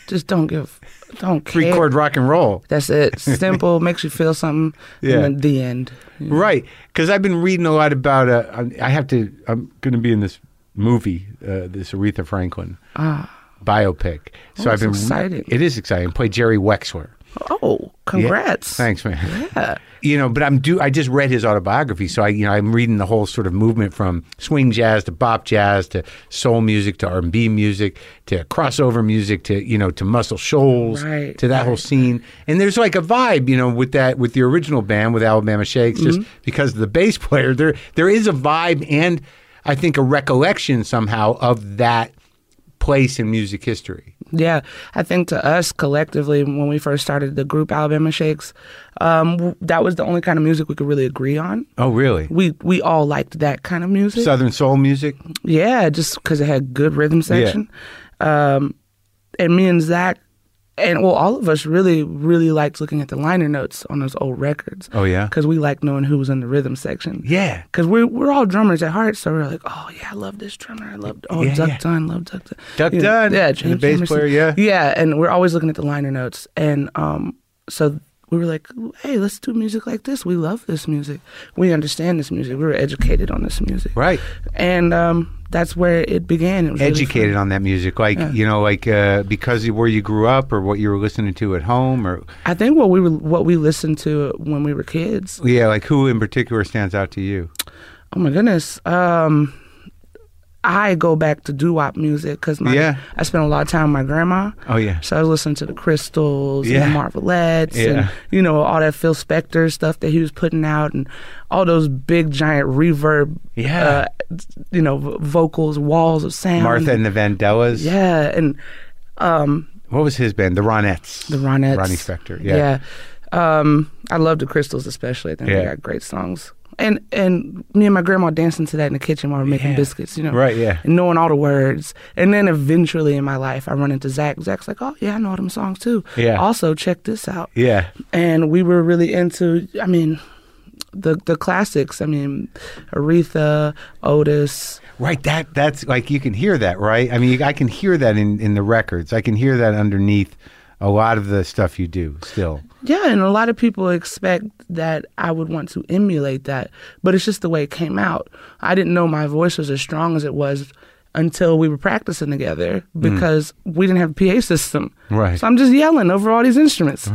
[SPEAKER 3] just don't give, don't care.
[SPEAKER 1] three chord rock and roll.
[SPEAKER 3] That's it. Simple makes you feel something.
[SPEAKER 1] Yeah.
[SPEAKER 3] And then the end.
[SPEAKER 1] Right, because I've been reading a lot about. Uh, I'm- I have to. I'm going to be in this movie, uh, this Aretha Franklin biopic. So
[SPEAKER 3] Ah. Oh,
[SPEAKER 1] I've been.
[SPEAKER 3] that's exciting.
[SPEAKER 1] It is exciting. Play Jerry Wexler.
[SPEAKER 3] Oh,
[SPEAKER 1] Yeah.
[SPEAKER 3] congrats.
[SPEAKER 1] Thanks, man.
[SPEAKER 3] Yeah.
[SPEAKER 1] you know but i'm do i just read his autobiography so i you know i'm reading the whole sort of movement from swing jazz to bop jazz to soul music to r&b music to crossover music to you know to muscle shoals
[SPEAKER 3] Right,
[SPEAKER 1] to that whole scene and there's like a vibe you know with that with the original band with alabama shakes
[SPEAKER 3] Mm-hmm.
[SPEAKER 1] just because of the bass player there there is a vibe and i think a recollection somehow of that place in music history
[SPEAKER 3] Yeah, I think to us collectively, when we first started the group Alabama Shakes, um, w- that was the only kind of music we could really agree on.
[SPEAKER 1] oh really
[SPEAKER 3] We we all liked that kind of music.
[SPEAKER 1] southern soul music
[SPEAKER 3] Yeah, just because it had good rhythm section. Um, and me and Zach, and well, all of us really, really liked looking at the liner notes on those old records.
[SPEAKER 1] Oh, yeah?
[SPEAKER 3] because we liked knowing who was in the rhythm section.
[SPEAKER 1] yeah
[SPEAKER 3] Because we're, we're all drummers at heart, so we're like, oh, yeah, I love this drummer. I love, oh,
[SPEAKER 1] Yeah,
[SPEAKER 3] Duck
[SPEAKER 1] yeah.
[SPEAKER 3] Dunn, love Duck Dunn.
[SPEAKER 1] Duck
[SPEAKER 3] You know,
[SPEAKER 1] Dunn,
[SPEAKER 3] Yeah,
[SPEAKER 1] and the
[SPEAKER 3] James
[SPEAKER 1] bass
[SPEAKER 3] Emerson.
[SPEAKER 1] player, yeah.
[SPEAKER 3] Yeah, and we're always looking at the liner notes. And um, so we were like, hey, let's do music like this. We love this music. We understand this music. We were educated on this music.
[SPEAKER 1] right
[SPEAKER 3] And um, that's where it began. It was really
[SPEAKER 1] educated on that music like you know like uh, because of where you grew up or what you were listening to at home or
[SPEAKER 3] fun. I think what we were, what we listened to when we were kids.
[SPEAKER 1] yeah like who in particular stands out to you
[SPEAKER 3] Oh my goodness. Um, I go back to doo wop music because my
[SPEAKER 1] Yeah.
[SPEAKER 3] I spent a lot of time with my grandma.
[SPEAKER 1] oh yeah
[SPEAKER 3] So I was listening to the Crystals
[SPEAKER 1] Yeah.
[SPEAKER 3] and the Marvelettes
[SPEAKER 1] Yeah.
[SPEAKER 3] and you know all that Phil Spector stuff that he was putting out and all those big giant reverb,
[SPEAKER 1] Yeah.
[SPEAKER 3] uh, you know, v- vocals, walls of sound.
[SPEAKER 1] martha and the vandellas
[SPEAKER 3] yeah, and um,
[SPEAKER 1] what was his band the ronettes
[SPEAKER 3] the Ronettes,
[SPEAKER 1] ronnie spector yeah,
[SPEAKER 3] yeah. Um, I love the Crystals especially. I think
[SPEAKER 1] Yeah.
[SPEAKER 3] they got great songs. And and me and my grandma dancing to that in the kitchen while we're making
[SPEAKER 1] Yeah.
[SPEAKER 3] biscuits, you know,
[SPEAKER 1] Right, yeah.
[SPEAKER 3] and knowing all the words. And then eventually in my life, I run into Zach. Zach's like, "Oh yeah, I know all them songs too.
[SPEAKER 1] Yeah.
[SPEAKER 3] Also, check this out."
[SPEAKER 1] yeah
[SPEAKER 3] and we were really into i mean the the classics. I mean, Aretha, Otis.
[SPEAKER 1] Right, that that's like you can hear that, right? I mean, I can hear that in in the records. I can hear that underneath a lot of the stuff you do still.
[SPEAKER 3] Yeah, and a lot of people expect that I would want to emulate that, but it's just the way it came out. I didn't know my voice was as strong as it was until we were practicing together because we didn't have a PA system.
[SPEAKER 1] Mm. Right.
[SPEAKER 3] So I'm just yelling over all these instruments.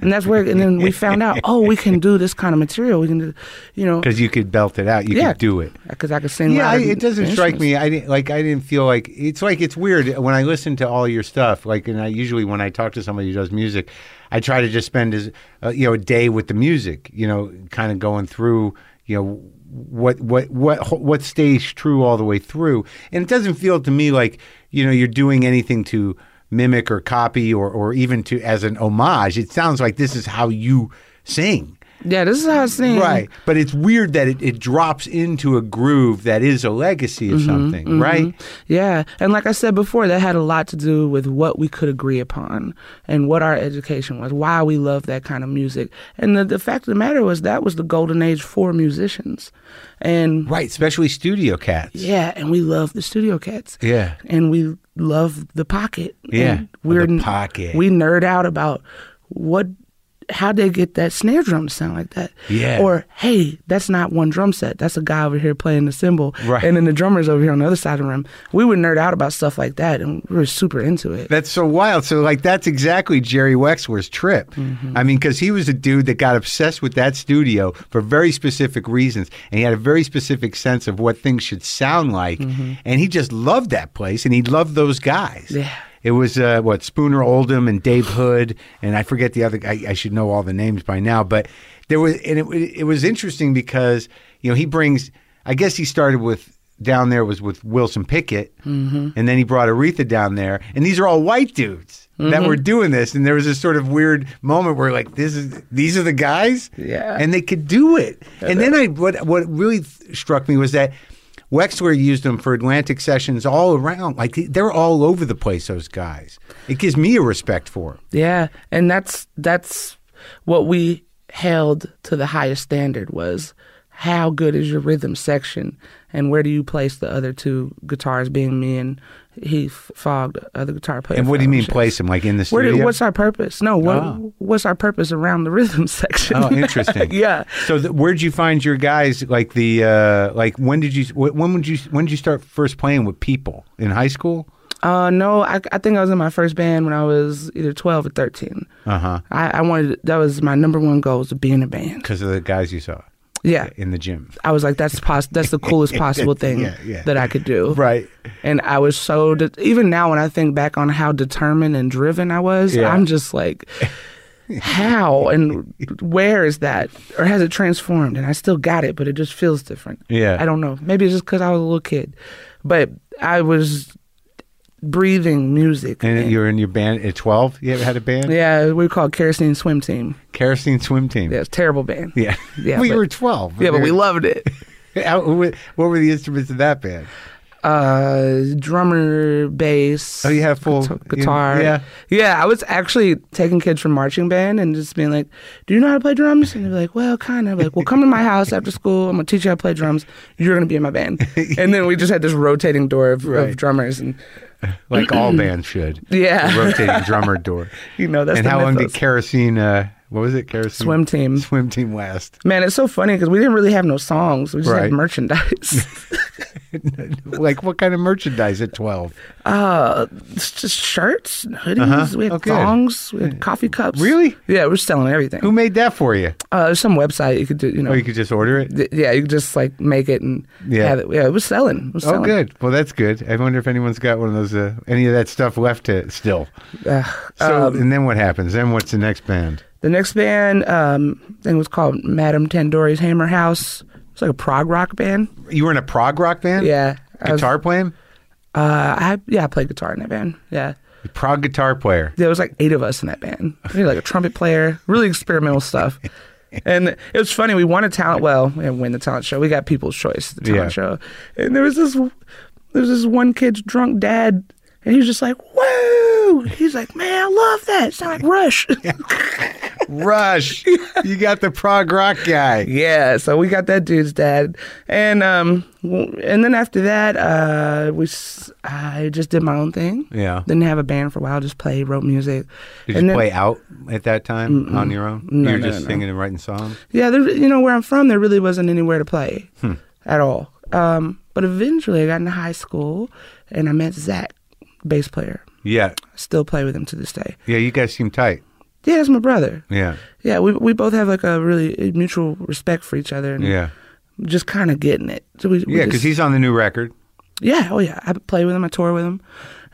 [SPEAKER 3] And that's where and then we found out, oh, we can do this kind of material. We can do you know
[SPEAKER 1] Because you could belt it out, you could do it.
[SPEAKER 3] Because I could sing
[SPEAKER 1] Yeah, I,
[SPEAKER 3] louder
[SPEAKER 1] it doesn't strike me. I didn't like. I didn't feel like it's like it's weird when I listen to all your stuff. Like, and I usually when I talk to somebody who does music, I try to just spend as uh, you know a day with the music. You know, kind of going through. You know what what what what stays true all the way through, and it doesn't feel to me like you know you're doing anything to mimic or copy or or even to as an homage. It sounds like this is how you sing.
[SPEAKER 3] Yeah, this is how I sing.
[SPEAKER 1] Right. But it's weird that it, it drops into a groove that is a legacy of something, right?
[SPEAKER 3] Yeah. And like I said before, that had a lot to do with what we could agree upon and what our education was, why we love that kind of music. And the, the fact of the matter was that was the golden age for musicians. And
[SPEAKER 1] Right. Especially studio cats.
[SPEAKER 3] yeah, and we love the studio cats.
[SPEAKER 1] Yeah.
[SPEAKER 3] And we love the pocket.
[SPEAKER 1] Yeah,
[SPEAKER 3] And we're
[SPEAKER 1] the pocket.
[SPEAKER 3] We nerd out about what how'd they get that snare drum to sound like that?
[SPEAKER 1] Yeah.
[SPEAKER 3] Or hey, that's not one drum set. That's a guy over here playing the cymbal.
[SPEAKER 1] Right.
[SPEAKER 3] And then the drummer's over here on the other side of the room. We would nerd out about stuff like that and we were super into it.
[SPEAKER 1] That's so wild. So, like, that's exactly Jerry Wexler's trip.
[SPEAKER 3] Mm-hmm.
[SPEAKER 1] I mean, because he was a dude that got obsessed with that studio for very specific reasons. And he had a very specific sense of what things should sound like. And he just loved that place and he loved those guys.
[SPEAKER 3] Mm-hmm. Yeah.
[SPEAKER 1] It was uh, what Spooner Oldham and Dave Hood, and I forget the other. I, I should know all the names by now, but there was, and it, it was interesting because you know he brings. I guess he started with down there was with Wilson Pickett,
[SPEAKER 3] Mm-hmm.
[SPEAKER 1] and then he brought Aretha down there, and these are all white dudes that
[SPEAKER 3] Mm-hmm.
[SPEAKER 1] were doing this, and there was this sort of weird moment where like this is these are the guys,
[SPEAKER 3] Yeah.
[SPEAKER 1] and they could do it. And then I what what really th- struck me was that Wexler used them for Atlantic sessions all around. Like they- they're all over the place. Those guys. It gives me a respect for them.
[SPEAKER 3] Yeah, and that's that's what we held to the highest standard was how good is your rhythm section and where do you place the other two guitars being me and he fogged other guitar player.
[SPEAKER 1] And what do you mean
[SPEAKER 3] Fogged.
[SPEAKER 1] place them? Like in the
[SPEAKER 3] Where
[SPEAKER 1] studio?
[SPEAKER 3] do, what's our purpose? No, what
[SPEAKER 1] Oh.
[SPEAKER 3] what's our purpose around the rhythm (laughs) section?
[SPEAKER 1] oh, interesting.
[SPEAKER 3] (laughs) yeah.
[SPEAKER 1] So th- where'd you find your guys? Like the uh, like when did you wh- when would you when did you start first playing with people in high school?
[SPEAKER 3] Uh, no, I, I think I was in my first band when I was either twelve or thirteen.
[SPEAKER 1] Uh huh.
[SPEAKER 3] I, I wanted that was my number one goal was to be in a band.
[SPEAKER 1] Because of the guys you saw
[SPEAKER 3] Yeah,
[SPEAKER 1] in the gym.
[SPEAKER 3] I was like, that's pos- that's the coolest possible
[SPEAKER 1] (laughs)
[SPEAKER 3] thing
[SPEAKER 1] Yeah, yeah.
[SPEAKER 3] that I could do.
[SPEAKER 1] Right.
[SPEAKER 3] And I was so de- even now when I think back on how determined and driven I was,
[SPEAKER 1] Yeah.
[SPEAKER 3] I'm just like,
[SPEAKER 1] (laughs)
[SPEAKER 3] how and where is that, or has it transformed? And I still got it, but it just feels different.
[SPEAKER 1] Yeah.
[SPEAKER 3] I don't know. Maybe it's just because I was a little kid, but I was breathing music.
[SPEAKER 1] And you were in your band at twelve. You ever had a band?
[SPEAKER 3] yeah, we were called Kerosene Swim Team.
[SPEAKER 1] Kerosene swim team.
[SPEAKER 3] Yeah, it's a terrible band.
[SPEAKER 1] Yeah. (laughs)
[SPEAKER 3] Yeah,
[SPEAKER 1] we
[SPEAKER 3] but-
[SPEAKER 1] were 12.
[SPEAKER 3] yeah, but we loved it.
[SPEAKER 1] (laughs) How- who were- what were the instruments in that band?
[SPEAKER 3] uh drummer bass
[SPEAKER 1] Oh, you had full-
[SPEAKER 3] guita- guitar
[SPEAKER 1] yeah.
[SPEAKER 3] yeah i was actually taking kids from marching band and just being like do you know how to play drums and they'd be like well kind of like well come to my house after school i'm gonna teach you how to play drums you're gonna be in
[SPEAKER 1] (laughs)
[SPEAKER 3] my band and then we just had this rotating door of,
[SPEAKER 1] Right.
[SPEAKER 3] of drummers and
[SPEAKER 1] Like all
[SPEAKER 3] (clears throat)
[SPEAKER 1] bands should.
[SPEAKER 3] Yeah.
[SPEAKER 1] The rotating drummer door.
[SPEAKER 3] (laughs) you know (laughs) that's
[SPEAKER 1] and
[SPEAKER 3] the
[SPEAKER 1] how long did
[SPEAKER 3] mythos.
[SPEAKER 1] kerosene, uh, what was it? Kerosene?
[SPEAKER 3] Swim Team.
[SPEAKER 1] Swim team last.
[SPEAKER 3] man it's so funny because we didn't really have no songs we just
[SPEAKER 1] Right. (laughs)
[SPEAKER 3] had merchandise
[SPEAKER 1] like what kind of merchandise at 12?
[SPEAKER 3] uh it's just shirts and hoodies we had
[SPEAKER 1] Oh, good.
[SPEAKER 3] thongs we had coffee cups
[SPEAKER 1] Really?
[SPEAKER 3] yeah we're selling everything
[SPEAKER 1] Who made that for you?
[SPEAKER 3] uh there's some website you could do you know
[SPEAKER 1] Or you could just order it?
[SPEAKER 3] th- yeah, you could just like make it and
[SPEAKER 1] Yeah.
[SPEAKER 3] yeah, have it. Yeah, it was selling. It was
[SPEAKER 1] Oh,
[SPEAKER 3] selling.
[SPEAKER 1] good. Well, that's good. I wonder if anyone's got one of those, uh, any of that stuff left to still.
[SPEAKER 3] Ugh.
[SPEAKER 1] So, and then what happens? Then what's the next band?
[SPEAKER 3] the next band, um, I think it was called Madame Tandoori's Hammer House. It's like a prog rock band.
[SPEAKER 1] You were in a prog rock band?
[SPEAKER 3] Yeah, I was-
[SPEAKER 1] Guitar playing?
[SPEAKER 3] uh, I yeah, I played guitar in that band. Yeah,
[SPEAKER 1] Prog guitar
[SPEAKER 3] (laughs)
[SPEAKER 1] player.
[SPEAKER 3] there was like eight of us in that band. We had like a trumpet player, really experimental stuff. And it was funny. We won a talent. Well, we didn't win the talent show. We got People's Choice the talent
[SPEAKER 1] Yeah.
[SPEAKER 3] show. And there was this, there was this one kid's drunk dad,
[SPEAKER 1] (laughs)
[SPEAKER 3] and he was just like, "Woo!" He's like, "Man, I love that. It's like Rush." (laughs)
[SPEAKER 1] Rush. You got the prog rock guy.
[SPEAKER 3] Yeah, so we got that dude's dad, and um, w- and then after that, uh, we s- I just did my own thing.
[SPEAKER 1] Yeah.
[SPEAKER 3] didn't have a band for a while. Just played, wrote music.
[SPEAKER 1] Did
[SPEAKER 3] And
[SPEAKER 1] you
[SPEAKER 3] then-
[SPEAKER 1] play out at that time on your own?
[SPEAKER 3] No,
[SPEAKER 1] you were
[SPEAKER 3] no,
[SPEAKER 1] just
[SPEAKER 3] no.
[SPEAKER 1] singing and writing songs?
[SPEAKER 3] Yeah, there, you know where I'm from, there really wasn't anywhere to play
[SPEAKER 1] Hmm.
[SPEAKER 3] at all. Um, but eventually, I got into high school, and I met Zach, bass player.
[SPEAKER 1] Yeah.
[SPEAKER 3] Still play with him to this day.
[SPEAKER 1] Yeah, you guys seem tight.
[SPEAKER 3] Yeah, that's my brother.
[SPEAKER 1] Yeah.
[SPEAKER 3] Yeah, we we both have like a really uh, mutual respect for each other. And
[SPEAKER 1] Yeah.
[SPEAKER 3] just kind of getting it. So we, we
[SPEAKER 1] Yeah, because
[SPEAKER 3] Mm. just-
[SPEAKER 1] he's on the new record.
[SPEAKER 3] Yeah, oh yeah. I play with him, I tour with him,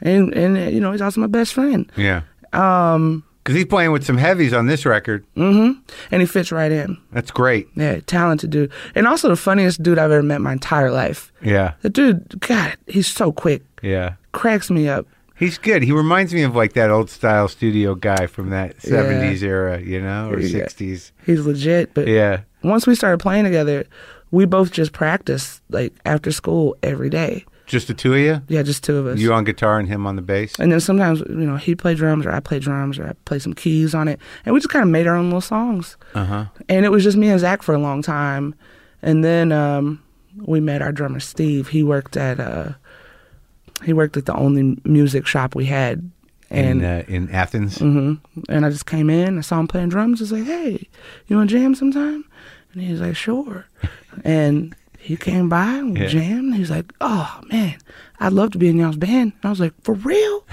[SPEAKER 3] and and uh, you know he's also my best friend,
[SPEAKER 1] Yeah. Um, because he's playing with some heavies on this record.
[SPEAKER 3] Mm. Mm-hmm. and he fits right in.
[SPEAKER 1] That's great.
[SPEAKER 3] Yeah, talented dude, and also the funniest dude I've ever met in my entire life.
[SPEAKER 1] Yeah.
[SPEAKER 3] The dude, God, he's so quick,
[SPEAKER 1] Yeah.
[SPEAKER 3] cracks me up.
[SPEAKER 1] He's good. He reminds me of like that old style studio guy from that
[SPEAKER 3] Yeah.
[SPEAKER 1] seventies era, you know, or
[SPEAKER 3] Yeah.
[SPEAKER 1] sixties.
[SPEAKER 3] He's legit, but
[SPEAKER 1] Yeah.
[SPEAKER 3] once we started playing together, we both just practiced like after school every day.
[SPEAKER 1] Just the two of you?
[SPEAKER 3] Yeah, just two of us.
[SPEAKER 1] You on guitar and him on the bass?
[SPEAKER 3] and then sometimes you know he played drums or I played drums or I played some keys on it, and we just kind of made our own little songs.
[SPEAKER 1] Uh-huh.
[SPEAKER 3] And it was just me and Zach for a long time, and then um, we met our drummer Steve. He worked at uh, he worked at the only music shop we had, and
[SPEAKER 1] in
[SPEAKER 3] Mm.
[SPEAKER 1] uh, in Athens.
[SPEAKER 3] Mm-hmm. and I just came in. I saw him playing drums. I was like, "Hey, you want to jam sometime?" And he was
[SPEAKER 1] (laughs)
[SPEAKER 3] like, "Sure." and he came by and we
[SPEAKER 1] Yeah.
[SPEAKER 3] jammed. And he was like, "Oh man, I'd love to be in y'all's band." And I was like,
[SPEAKER 1] (laughs)
[SPEAKER 3] "For real?"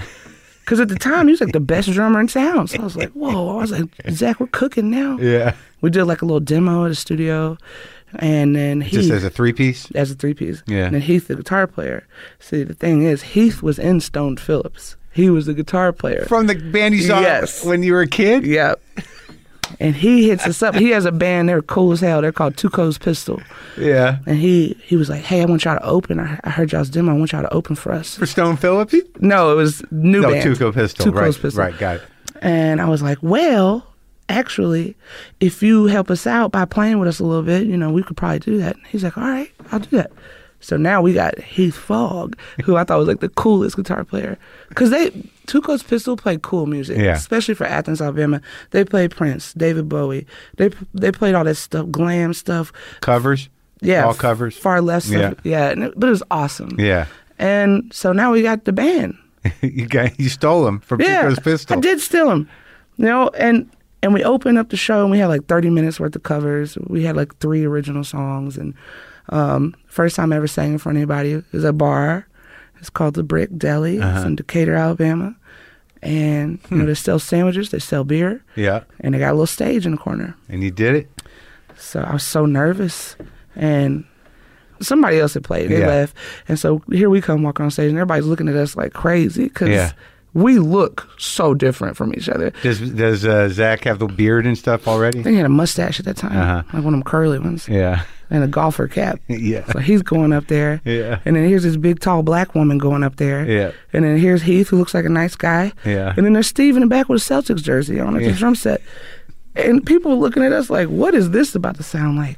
[SPEAKER 3] Because at the time he was like the best drummer in town. So I was like, "Whoa!" I was
[SPEAKER 1] (laughs)
[SPEAKER 3] like, "Zach, we're cooking now."
[SPEAKER 1] Yeah.
[SPEAKER 3] We did like a little demo at a studio, and then he
[SPEAKER 1] Just as a three piece?
[SPEAKER 3] as a three piece.
[SPEAKER 1] Yeah.
[SPEAKER 3] And then Heath, the guitar player. See, the thing is, Heath was in Stone Phillips. He was the guitar player.
[SPEAKER 1] From the band you saw
[SPEAKER 3] Yes.
[SPEAKER 1] when you were a kid?
[SPEAKER 3] Yep. And he hits us up. He has a band. They're cool as hell. They're called Two Co's Pistol.
[SPEAKER 1] Yeah.
[SPEAKER 3] And he he was like, "Hey, I want y'all to open. I, I heard y'all's demo. I want y'all to open for us."
[SPEAKER 1] For Stone Phillips?
[SPEAKER 3] No, it was new
[SPEAKER 1] No,
[SPEAKER 3] band.
[SPEAKER 1] Two Tuco Pistol.
[SPEAKER 3] Two
[SPEAKER 1] right.
[SPEAKER 3] Co's Pistol.
[SPEAKER 1] Right, got it.
[SPEAKER 3] And I was like, "Well, actually, if you help us out by playing with us a little bit, you know, we could probably do that." He's like, "All right, I'll do that." So now we got Heath Fogg, who I thought was like the coolest guitar player, because they Two Co's Pistol played cool music,
[SPEAKER 1] Yeah.
[SPEAKER 3] especially for Athens, Alabama. They played Prince, David Bowie. They they played all that stuff, glam stuff.
[SPEAKER 1] Covers?
[SPEAKER 3] Yeah,
[SPEAKER 1] All
[SPEAKER 3] f-
[SPEAKER 1] covers.
[SPEAKER 3] far less. Stuff. Yeah, and it- but it was awesome.
[SPEAKER 1] Yeah. (laughs)
[SPEAKER 3] and so now we got the band.
[SPEAKER 1] you got you stole them from
[SPEAKER 3] Yeah,
[SPEAKER 1] Tuco's Pistol.
[SPEAKER 3] I did steal them. You know, and and we opened up the show and we had like 30 minutes worth of covers. We had like three original songs and um, first time I ever sang in front of anybody is a bar. It's called the Brick Deli. It's in Decatur, Alabama. And you know they sell sandwiches, they sell beer,
[SPEAKER 1] Yeah.
[SPEAKER 3] and they got a little stage in the corner.
[SPEAKER 1] And you did it?
[SPEAKER 3] So I was so nervous. And somebody else had played. They
[SPEAKER 1] Yeah.
[SPEAKER 3] left. And so here we come walking on stage, and everybody's looking at us like crazy because
[SPEAKER 1] Yeah.
[SPEAKER 3] we look so different from each other.
[SPEAKER 1] Does does uh, Zach have the beard and stuff already?
[SPEAKER 3] I think he had a mustache at that time,
[SPEAKER 1] Uh-huh.
[SPEAKER 3] like one of them curly ones,
[SPEAKER 1] Yeah.
[SPEAKER 3] and a golfer cap.
[SPEAKER 1] (laughs) Yeah.
[SPEAKER 3] So he's going up there.
[SPEAKER 1] Yeah.
[SPEAKER 3] And then here's this big, tall black woman going up there.
[SPEAKER 1] Yeah.
[SPEAKER 3] And then here's Heath, who looks like a nice guy.
[SPEAKER 1] Yeah.
[SPEAKER 3] And then there's Steve in the back with a Celtics jersey on at
[SPEAKER 1] Yeah.
[SPEAKER 3] the drum set. And people were looking at us like, what is this about to sound like?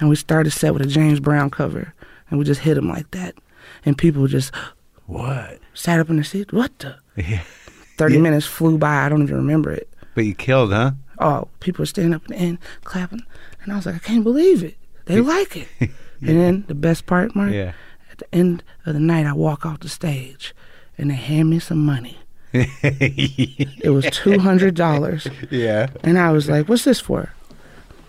[SPEAKER 3] And we started set with a James Brown cover, and we just hit him like that. And people just
[SPEAKER 1] What?
[SPEAKER 3] sat up in their seat. What the?
[SPEAKER 1] Yeah.
[SPEAKER 3] 30 minutes flew by. I don't even remember it.
[SPEAKER 1] But you killed, huh?
[SPEAKER 3] Oh, people were standing up and clapping. And I was like, I can't believe it.
[SPEAKER 1] (laughs)
[SPEAKER 3] They like it. And then the best part, Mark,
[SPEAKER 1] Yeah.
[SPEAKER 3] at the end of the night, I walk off the stage and they hand me some money. It was
[SPEAKER 1] (laughs)
[SPEAKER 3] $200.
[SPEAKER 1] (laughs) yeah.
[SPEAKER 3] And I was like, what's this for?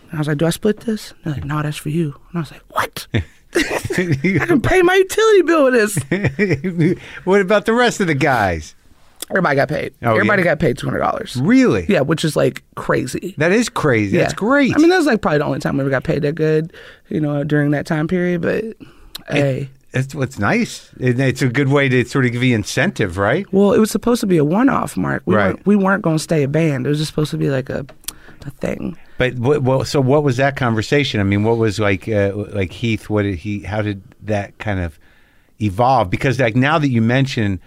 [SPEAKER 3] And I was like, do I split this? They're like, no, that's for you. And I was like, what? I can pay my utility bill
[SPEAKER 1] (laughs)
[SPEAKER 3] with this.
[SPEAKER 1] what about the rest of the guys?
[SPEAKER 3] Everybody got paid.
[SPEAKER 1] Oh,
[SPEAKER 3] Everybody
[SPEAKER 1] yeah.
[SPEAKER 3] got paid $200.
[SPEAKER 1] Really?
[SPEAKER 3] Yeah, which is like crazy.
[SPEAKER 1] That is crazy. That's
[SPEAKER 3] Yeah.
[SPEAKER 1] great.
[SPEAKER 3] I mean, that was like probably the only time we ever got paid that good, you know, during that time period. But hey,
[SPEAKER 1] That's what's nice. And it's a good way to sort of give you incentive, right?
[SPEAKER 3] well, it was supposed to be a one-off, Mark. We
[SPEAKER 1] Right.
[SPEAKER 3] weren't, we weren't going to stay a band. It was just supposed to be like a, a thing.
[SPEAKER 1] But what, well, so what was that conversation? I mean, what was like uh, like Heath? What did he? How did that kind of evolve? Because like now that you mention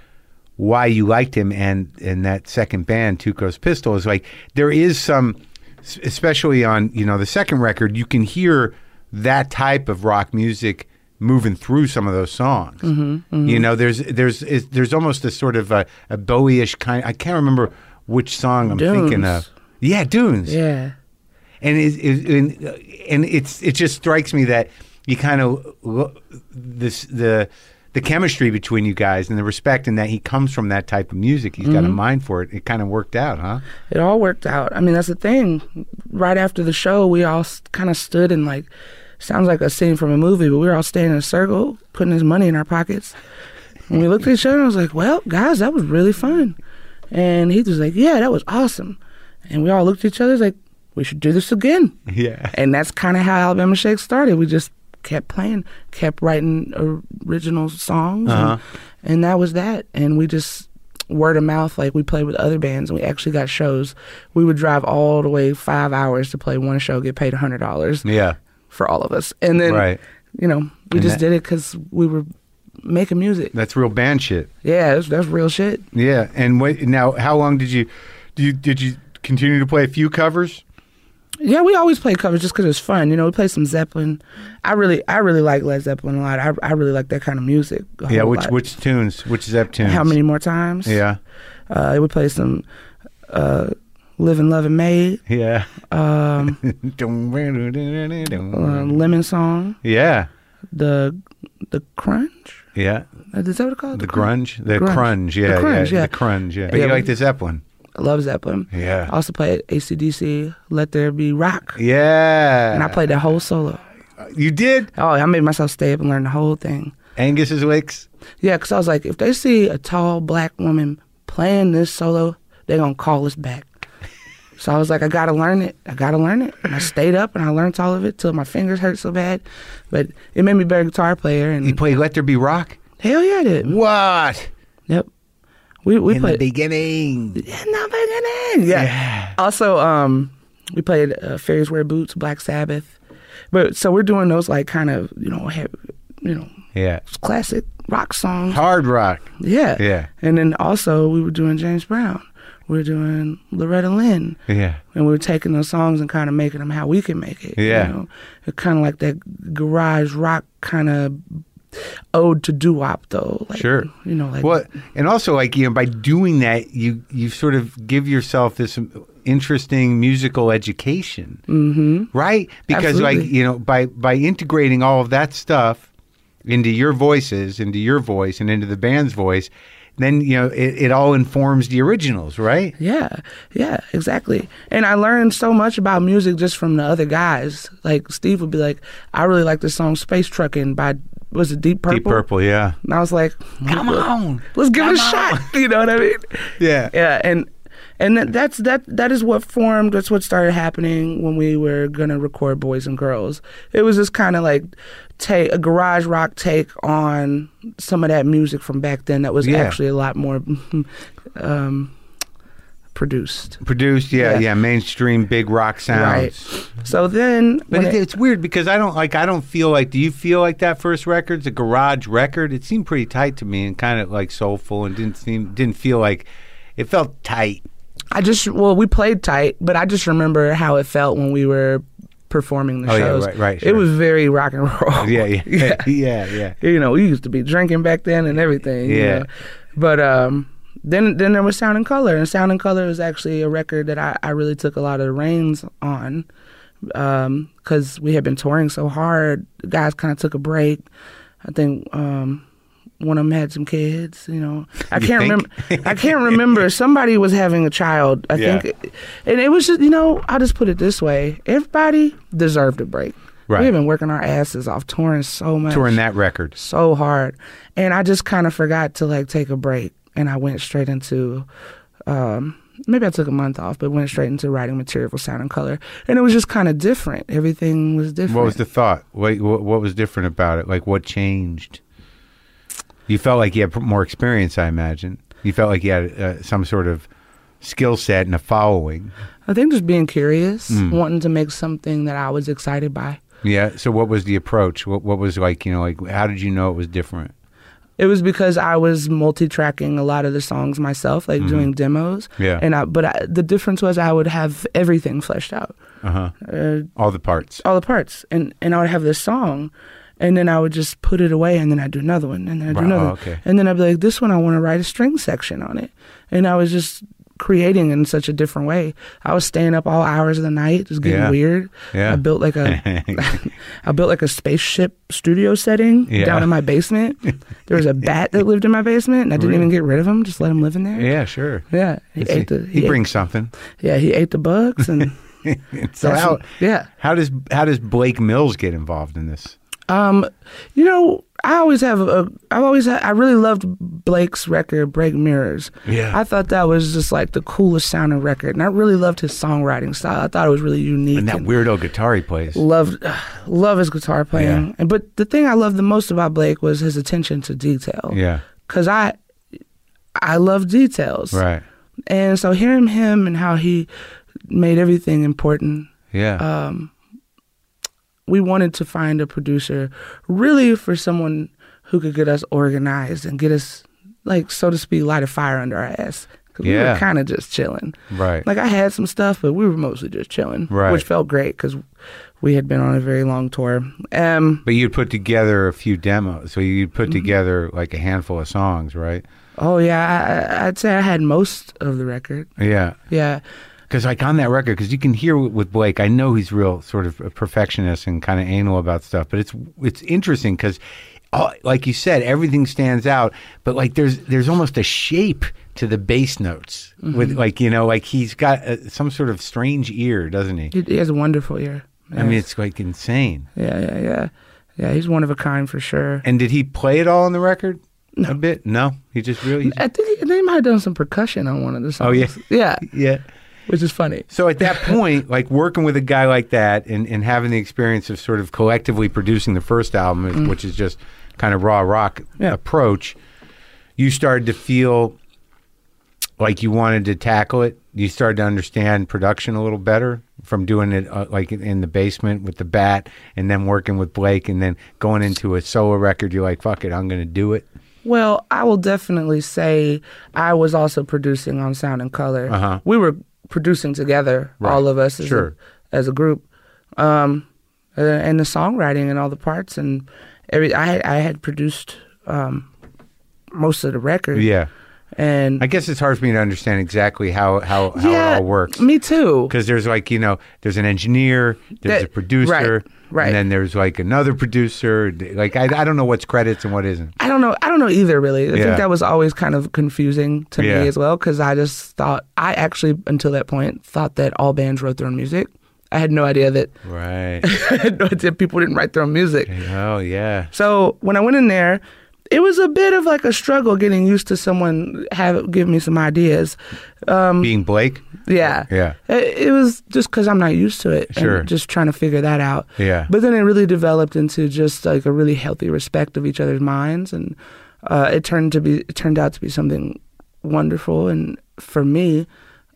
[SPEAKER 1] why you liked him and and that second band, Tuco's Pistol, is like there is some, s- especially on you know the second record, you can hear that type of rock music moving through some of those songs. You know, there's there's is, there's almost a sort of a, a Bowie-ish kind. I can't remember which song I'm thinking
[SPEAKER 3] Dunes.
[SPEAKER 1] of. Yeah, Dunes.
[SPEAKER 3] Yeah.
[SPEAKER 1] and it, it and, and it's it just strikes me that you kind of lo- this the the chemistry between you guys and the respect and that he comes from that type of music He's
[SPEAKER 3] Mm-hmm.
[SPEAKER 1] got a mind for it it kind of worked out
[SPEAKER 3] (laughs)
[SPEAKER 1] huh
[SPEAKER 3] it all worked out. I mean, that's the thing. Right after the show, we all kind of stood and like, sounds like a scene from a movie, but we were all standing in a circle, putting his money in our pockets. And we looked at each other and I was like, well, guys, that was really fun. And he was like, yeah, that was awesome. And we all looked at each other like, we should do this again.
[SPEAKER 1] yeah
[SPEAKER 3] And that's kind of how Alabama Shake started. We just kept playing, kept writing original songs,
[SPEAKER 1] Uh-huh.
[SPEAKER 3] and, and that was that. And we just word of mouth, like we played with other bands, and we actually got shows. We would drive all the way five hours to play one show, get paid hundred dollars
[SPEAKER 1] yeah
[SPEAKER 3] for all of us, and then
[SPEAKER 1] Right.
[SPEAKER 3] you know we
[SPEAKER 1] And
[SPEAKER 3] just
[SPEAKER 1] that-
[SPEAKER 3] did it because we were making music.
[SPEAKER 1] that's real band shit
[SPEAKER 3] Yeah, that's, that's real shit.
[SPEAKER 1] yeah and what now how long did you do you did you continue to play a few covers
[SPEAKER 3] Yeah, we always play covers just because it's fun. You know, we play some Zeppelin. I really, I really like Led Zeppelin a lot. I, I really like that kind of music. a
[SPEAKER 1] yeah
[SPEAKER 3] whole
[SPEAKER 1] which
[SPEAKER 3] lot.
[SPEAKER 1] which tunes which Zep tunes
[SPEAKER 3] How many more times?
[SPEAKER 1] yeah
[SPEAKER 3] Uh, we play some uh, Live and Love and Made, (laughs)
[SPEAKER 1] yeah (laughs)
[SPEAKER 3] um, uh, Lemon Song,
[SPEAKER 1] yeah
[SPEAKER 3] the the Crunch.
[SPEAKER 1] yeah
[SPEAKER 3] Is that what it's called?
[SPEAKER 1] The grunge, the
[SPEAKER 3] Grunge.
[SPEAKER 1] crunge,
[SPEAKER 3] The
[SPEAKER 1] yeah,
[SPEAKER 3] grunge,
[SPEAKER 1] yeah,
[SPEAKER 3] yeah.
[SPEAKER 1] the crunge, yeah. But
[SPEAKER 3] Yeah,
[SPEAKER 1] you
[SPEAKER 3] but-
[SPEAKER 1] like the Zeppelin,
[SPEAKER 3] I love Zeppelin.
[SPEAKER 1] Yeah.
[SPEAKER 3] I also play ACDC, Let There Be Rock.
[SPEAKER 1] yeah.
[SPEAKER 3] And I played that whole solo.
[SPEAKER 1] You did
[SPEAKER 3] Oh, I made myself stay up and learn the whole thing.
[SPEAKER 1] Angus's Wicks.
[SPEAKER 3] Yeah, because I was like, if they see a tall black woman playing this solo, they're going to call us back. So I was like, I got to learn it. I got to learn it. And I stayed up and I learned all of it till my fingers hurt so bad. But it made me a better guitar player. And
[SPEAKER 1] You played Let There Be Rock.
[SPEAKER 3] hell yeah, I did.
[SPEAKER 1] What
[SPEAKER 3] Yep. We, we
[SPEAKER 1] in the
[SPEAKER 3] played.
[SPEAKER 1] beginning?
[SPEAKER 3] in the beginning. Yeah. Also, um, we played uh, Fairies Wear Boots, Black Sabbath. But so we're doing those like kind of, you know, have, you know,
[SPEAKER 1] Yeah,
[SPEAKER 3] classic rock songs.
[SPEAKER 1] hard rock.
[SPEAKER 3] Yeah.
[SPEAKER 1] Yeah.
[SPEAKER 3] And then also we were doing James Brown. We were doing Loretta Lynn.
[SPEAKER 1] Yeah,
[SPEAKER 3] And we were taking those songs and kind of making them how we can make it.
[SPEAKER 1] Yeah.
[SPEAKER 3] You know? It's kind of like that garage rock kind of ode to doo-wop though. Like,
[SPEAKER 1] Sure.
[SPEAKER 3] You know, like
[SPEAKER 1] Well, and also like you know, by doing that, you you sort of give yourself this um, interesting musical education, mm-hmm. right? Because like
[SPEAKER 3] Absolutely.
[SPEAKER 1] you know, by by integrating all of that stuff into your voices, into your voice, and into the band's voice, then you know it, it all informs the originals, right?
[SPEAKER 3] Yeah, yeah, exactly. And I learned so much about music just from the other guys. Like Steve would be like, "I really like this song Space Truckin' by was it Deep Purple?"
[SPEAKER 1] yeah,
[SPEAKER 3] And I was like, "Come on, let's give it a shot." (laughs) You know what I mean?
[SPEAKER 1] yeah,
[SPEAKER 3] Yeah, and and that, that's that that is what formed. That's what started happening when we were gonna record Boys and Girls. It was just kind of like take a garage rock take on some of that music from back then. That was
[SPEAKER 1] Yeah.
[SPEAKER 3] actually a lot more (laughs) um, produced.
[SPEAKER 1] Produced, yeah, yeah,
[SPEAKER 3] Yeah.
[SPEAKER 1] mainstream big rock sounds.
[SPEAKER 3] Right. So then,
[SPEAKER 1] But
[SPEAKER 3] when
[SPEAKER 1] it,
[SPEAKER 3] it-
[SPEAKER 1] it's weird because I don't like. I don't feel like. Do you feel like that first record's a garage record? It seemed pretty tight to me and kind of like soulful and didn't seem didn't feel like it felt tight.
[SPEAKER 3] I just well, we played tight, but I just remember how it felt when we were performing the
[SPEAKER 1] Oh, yeah,
[SPEAKER 3] shows.
[SPEAKER 1] right, right,
[SPEAKER 3] It
[SPEAKER 1] sure.
[SPEAKER 3] was very rock and roll.
[SPEAKER 1] Yeah,
[SPEAKER 3] (laughs)
[SPEAKER 1] yeah, (laughs) yeah, yeah, yeah.
[SPEAKER 3] You know, we used to be drinking back then and everything. you
[SPEAKER 1] Yeah.
[SPEAKER 3] know. But um, then then there was Sound and Color, and Sound and Color is actually a record that I, I really took a lot of the reins on because we had been touring so hard. The guys kind of took a break. I think um, one of them had some kids. You know, I
[SPEAKER 1] You think?
[SPEAKER 3] can't remember. I
[SPEAKER 1] (laughs)
[SPEAKER 3] can't remember. Somebody was having a child. I
[SPEAKER 1] Yeah.
[SPEAKER 3] think, and it was just you know I'll just put it this way: everybody deserved a break.
[SPEAKER 1] Right.
[SPEAKER 3] We've been working our asses off, touring so much,
[SPEAKER 1] Touring that record.
[SPEAKER 3] so hard, and I just kind of forgot to like take a break, and I went straight into. Um, Maybe I took a month off, but went straight into writing material for Sound and Color, and it was just kind of different. Everything was different.
[SPEAKER 1] What was the thought? What, what what was different about it? Like what changed? You felt like you had pr- more experience, I imagine. You felt like you had uh, some sort of skill set and a following.
[SPEAKER 3] I think just being curious,
[SPEAKER 1] Hmm.
[SPEAKER 3] wanting to make something that I was excited by.
[SPEAKER 1] Yeah. So what was the approach? What what was like? You know, like how did you know it was different?
[SPEAKER 3] It was because I was multi-tracking a lot of the songs myself, like doing demos.
[SPEAKER 1] Hmm. Yeah.
[SPEAKER 3] And I, but I, the difference was I would have everything fleshed out, Uh,
[SPEAKER 1] Uh-huh. All the parts.
[SPEAKER 3] all the parts, and and I would have this song, and then I would just put it away, and then I would do another one, and then I would do
[SPEAKER 1] Right,
[SPEAKER 3] another,
[SPEAKER 1] oh,
[SPEAKER 3] one.
[SPEAKER 1] okay.
[SPEAKER 3] and then I'd be like, this one I want to write a string section on it, and I was just creating in such a different way. I was staying up all hours of the night, just getting
[SPEAKER 1] Yeah.
[SPEAKER 3] weird.
[SPEAKER 1] Yeah.
[SPEAKER 3] I built
[SPEAKER 1] (laughs)
[SPEAKER 3] like a I built like a spaceship studio setting
[SPEAKER 1] Yeah.
[SPEAKER 3] down in my
[SPEAKER 1] (laughs)
[SPEAKER 3] basement. there was a bat that lived in my basement, and I didn't even get rid of him; just let him live in there.
[SPEAKER 1] Yeah, sure.
[SPEAKER 3] (laughs) Yeah, he
[SPEAKER 1] He,
[SPEAKER 3] ate the
[SPEAKER 1] he
[SPEAKER 3] ate-
[SPEAKER 1] brings something.
[SPEAKER 3] yeah he ate the bugs and
[SPEAKER 1] (laughs) So
[SPEAKER 3] that's-
[SPEAKER 1] how
[SPEAKER 3] yeah.
[SPEAKER 1] how does how does Blake Mills get involved in this?
[SPEAKER 3] Um, you know, I always have a. I've always had, I really loved Blake's record, Break Mirrors.
[SPEAKER 1] Yeah.
[SPEAKER 3] I thought that was just like the coolest sounding record, and I really loved his songwriting style. I thought it was really unique.
[SPEAKER 1] And that weirdo guitar he plays.
[SPEAKER 3] loved, love his guitar playing. And but the thing I loved the most about Blake was his attention to detail.
[SPEAKER 1] Yeah.
[SPEAKER 3] Cause I, I love details.
[SPEAKER 1] Right.
[SPEAKER 3] And so hearing him and how he made everything important
[SPEAKER 1] Yeah.
[SPEAKER 3] Uh, we wanted to find a producer really for someone who could get us organized and get us like so to speak light a fire under our ass 'Cause we
[SPEAKER 1] Yeah.
[SPEAKER 3] were kind of just chilling
[SPEAKER 1] Right.
[SPEAKER 3] like i had some stuff but we were mostly just chilling
[SPEAKER 1] Right.
[SPEAKER 3] which felt great because we had been on a very long tour um
[SPEAKER 1] but you'd put together a few demos. So you'd put
[SPEAKER 3] Mm-hmm.
[SPEAKER 1] together like a handful of songs, right?
[SPEAKER 3] oh yeah I- I, i'd say i had most of the record
[SPEAKER 1] Yeah.
[SPEAKER 3] yeah
[SPEAKER 1] Because like on that record, because you can hear with- with Blake, I know he's real sort of a perfectionist and kind of anal about stuff, but it's it's interesting because, like you said, everything stands out, but like there's there's almost a shape to the bass notes with like you know like he's got uh, some sort of strange ear, doesn't he?
[SPEAKER 3] he, he has a wonderful year
[SPEAKER 1] I mean, it's like insane.
[SPEAKER 3] yeah yeah yeah yeah he's one of a kind for sure
[SPEAKER 1] And did he play it all on the record? A bit? No, he just really.
[SPEAKER 3] i think he, I think he might have done some percussion on one of the songs
[SPEAKER 1] Oh, yeah.
[SPEAKER 3] yeah
[SPEAKER 1] Yeah.
[SPEAKER 3] which is funny
[SPEAKER 1] So at that point, like working with a guy like that and, and having the experience of sort of collectively producing the first album, which is just kind of raw rock
[SPEAKER 3] Mm. Yeah.
[SPEAKER 1] approach, you started to feel like you wanted to tackle it. You started to understand production a little better from doing it uh, like in- in the basement with the bat and then working with Blake and then going into a solo record. You're like, fuck it, I'm going to do it.
[SPEAKER 3] Well, I will definitely say I was also producing on Sound and Color.
[SPEAKER 1] Uh-huh.
[SPEAKER 3] We were producing together, all of us as,
[SPEAKER 1] Sure.
[SPEAKER 3] a, as a group, um, uh, and the songwriting and all the parts and every. I had, I had produced um, most of the record.
[SPEAKER 1] Yeah.
[SPEAKER 3] and
[SPEAKER 1] I guess it's hard for me to understand exactly how, how, how it
[SPEAKER 3] yeah,
[SPEAKER 1] all works.
[SPEAKER 3] Me too.
[SPEAKER 1] because there's like you know there's an engineer there's
[SPEAKER 3] That-
[SPEAKER 1] a producer
[SPEAKER 3] right, right.
[SPEAKER 1] and then there's like another producer d- like I, I don't know what's credits and what isn't
[SPEAKER 3] I don't know. I don't know either, really. I
[SPEAKER 1] Yeah.
[SPEAKER 3] think that was always kind of confusing to
[SPEAKER 1] Yeah.
[SPEAKER 3] me as well because I just thought I actually until that point thought that all bands wrote their own music. I had no idea that (laughs)
[SPEAKER 1] right
[SPEAKER 3] I had no idea people didn't write their own music.
[SPEAKER 1] oh yeah
[SPEAKER 3] So when I went in there, it was a bit of like a struggle getting used to someone have give me some ideas. Um,
[SPEAKER 1] being blake
[SPEAKER 3] Yeah,
[SPEAKER 1] Yeah.
[SPEAKER 3] It, it was just because I'm not used to it. and
[SPEAKER 1] Sure.
[SPEAKER 3] just trying to figure that out.
[SPEAKER 1] Yeah.
[SPEAKER 3] But then it really developed into just like a really healthy respect of each other's minds, and uh, it turned to be it turned out to be something wonderful and for me,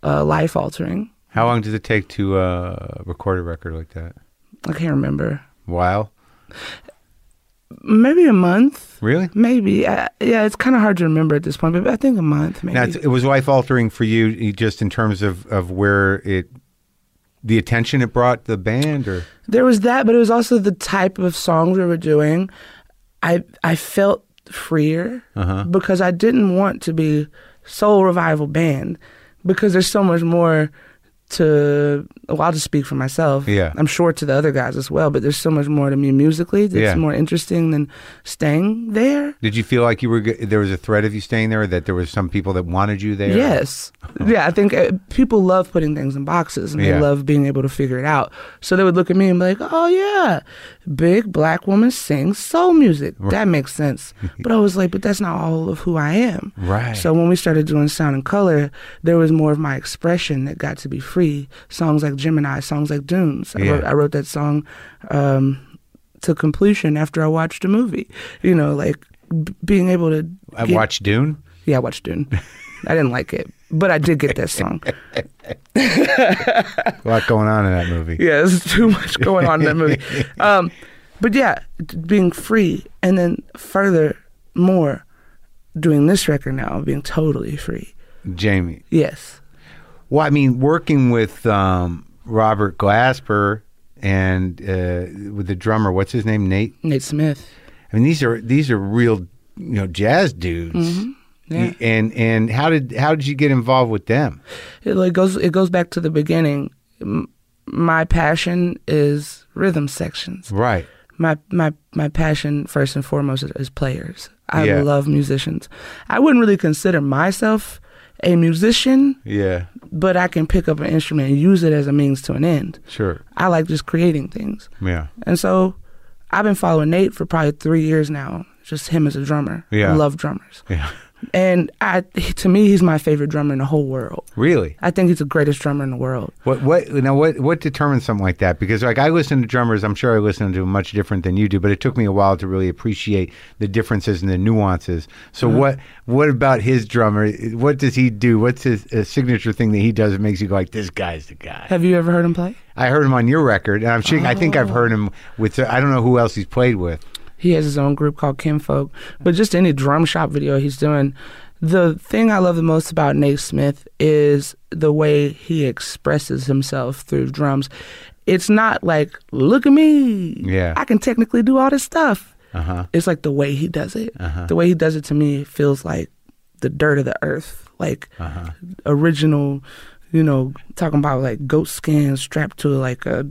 [SPEAKER 3] uh, life altering.
[SPEAKER 1] how long does it take to uh, record a record like that
[SPEAKER 3] I can't remember.
[SPEAKER 1] wow
[SPEAKER 3] Maybe a month.
[SPEAKER 1] really
[SPEAKER 3] Maybe. I, yeah, it's kind of hard to remember at this point, but I think a month maybe.
[SPEAKER 1] now it's, it was life altering for you you just in terms of of where it the attention it brought the band or
[SPEAKER 3] There was that, but it was also the type of songs we were doing. I I felt freer
[SPEAKER 1] Uh-huh.
[SPEAKER 3] because I didn't want to be soul revival band because there's so much more to. Well, I'll just speak for myself.
[SPEAKER 1] Yeah.
[SPEAKER 3] I'm sure to the other guys as well, but there's so much more to me musically that's
[SPEAKER 1] Yeah.
[SPEAKER 3] more interesting than staying there.
[SPEAKER 1] did you feel like you were g- there was a threat of you staying there or that there was some people that wanted you there
[SPEAKER 3] Yes. Yeah, I think uh, people love putting things in boxes and
[SPEAKER 1] Yeah.
[SPEAKER 3] they love being able to figure it out. So they would look at me and be like, oh, yeah, big black woman sings soul music. That makes
[SPEAKER 1] (laughs)
[SPEAKER 3] sense. But I was like, but that's not all of who I am.
[SPEAKER 1] Right.
[SPEAKER 3] So when we started doing sound and color, there was more of my expression that got to be free. Songs like Gemini, songs like Dunes. I,
[SPEAKER 1] Yeah.
[SPEAKER 3] wrote, I wrote that song um, to completion after I watched a movie. You know, like b- being able to.
[SPEAKER 1] i
[SPEAKER 3] get-
[SPEAKER 1] watched dune
[SPEAKER 3] yeah, I watched Dune. I didn't like it, but I did get that song.
[SPEAKER 1] a lot going on in that movie
[SPEAKER 3] Yeah, there's too much going on in that movie. Um, but yeah, t- being free, and then further more, doing this record now, being totally free.
[SPEAKER 1] jamie
[SPEAKER 3] Yes.
[SPEAKER 1] Well, I mean, working with um, Robert Glasper and uh, with the drummer, what's his name, Nate?
[SPEAKER 3] Nate Smith.
[SPEAKER 1] I mean, these are these are real, you know, jazz dudes.
[SPEAKER 3] Yeah.
[SPEAKER 1] And and how did how did you get involved with them?
[SPEAKER 3] It like goes it goes back to the beginning. M- my passion is rhythm sections.
[SPEAKER 1] Right.
[SPEAKER 3] My my my passion first and foremost is, is players. I
[SPEAKER 1] Yeah.
[SPEAKER 3] love musicians. I wouldn't really consider myself a musician,
[SPEAKER 1] Yeah.
[SPEAKER 3] but I can pick up an instrument and use it as a means to an end.
[SPEAKER 1] Sure.
[SPEAKER 3] I like just creating things.
[SPEAKER 1] Yeah.
[SPEAKER 3] And so I've been following Nate for probably three years now, just him as a drummer.
[SPEAKER 1] Yeah.
[SPEAKER 3] I love drummers.
[SPEAKER 1] Yeah.
[SPEAKER 3] And I, to me, he's my favorite drummer in the whole world.
[SPEAKER 1] Really?
[SPEAKER 3] I think he's the greatest drummer in the world.
[SPEAKER 1] What what now what what determines something like that? Because like I listen to drummers, I'm sure I listen to them much different than you do, but it took me a while to really appreciate the differences and the nuances. So what what about his drummer? What does he do? What's his uh, signature thing that he does that makes you go like this guy's the guy?
[SPEAKER 3] Have you ever heard him play?
[SPEAKER 1] I heard him on your record, and I'm sure, I think I've heard him with. I don't know who else he's played with.
[SPEAKER 3] He has his own group called Kinfolk. But just any drum shop video he's doing, the thing I love the most about Nate Smith is the way he expresses himself through drums. It's not like, look at me.
[SPEAKER 1] Yeah.
[SPEAKER 3] I can technically do all this stuff. Uh-huh. It's like the way he does it. The way he does it to me feels like the dirt of the earth, like original, you know, talking about like goat skin strapped to like a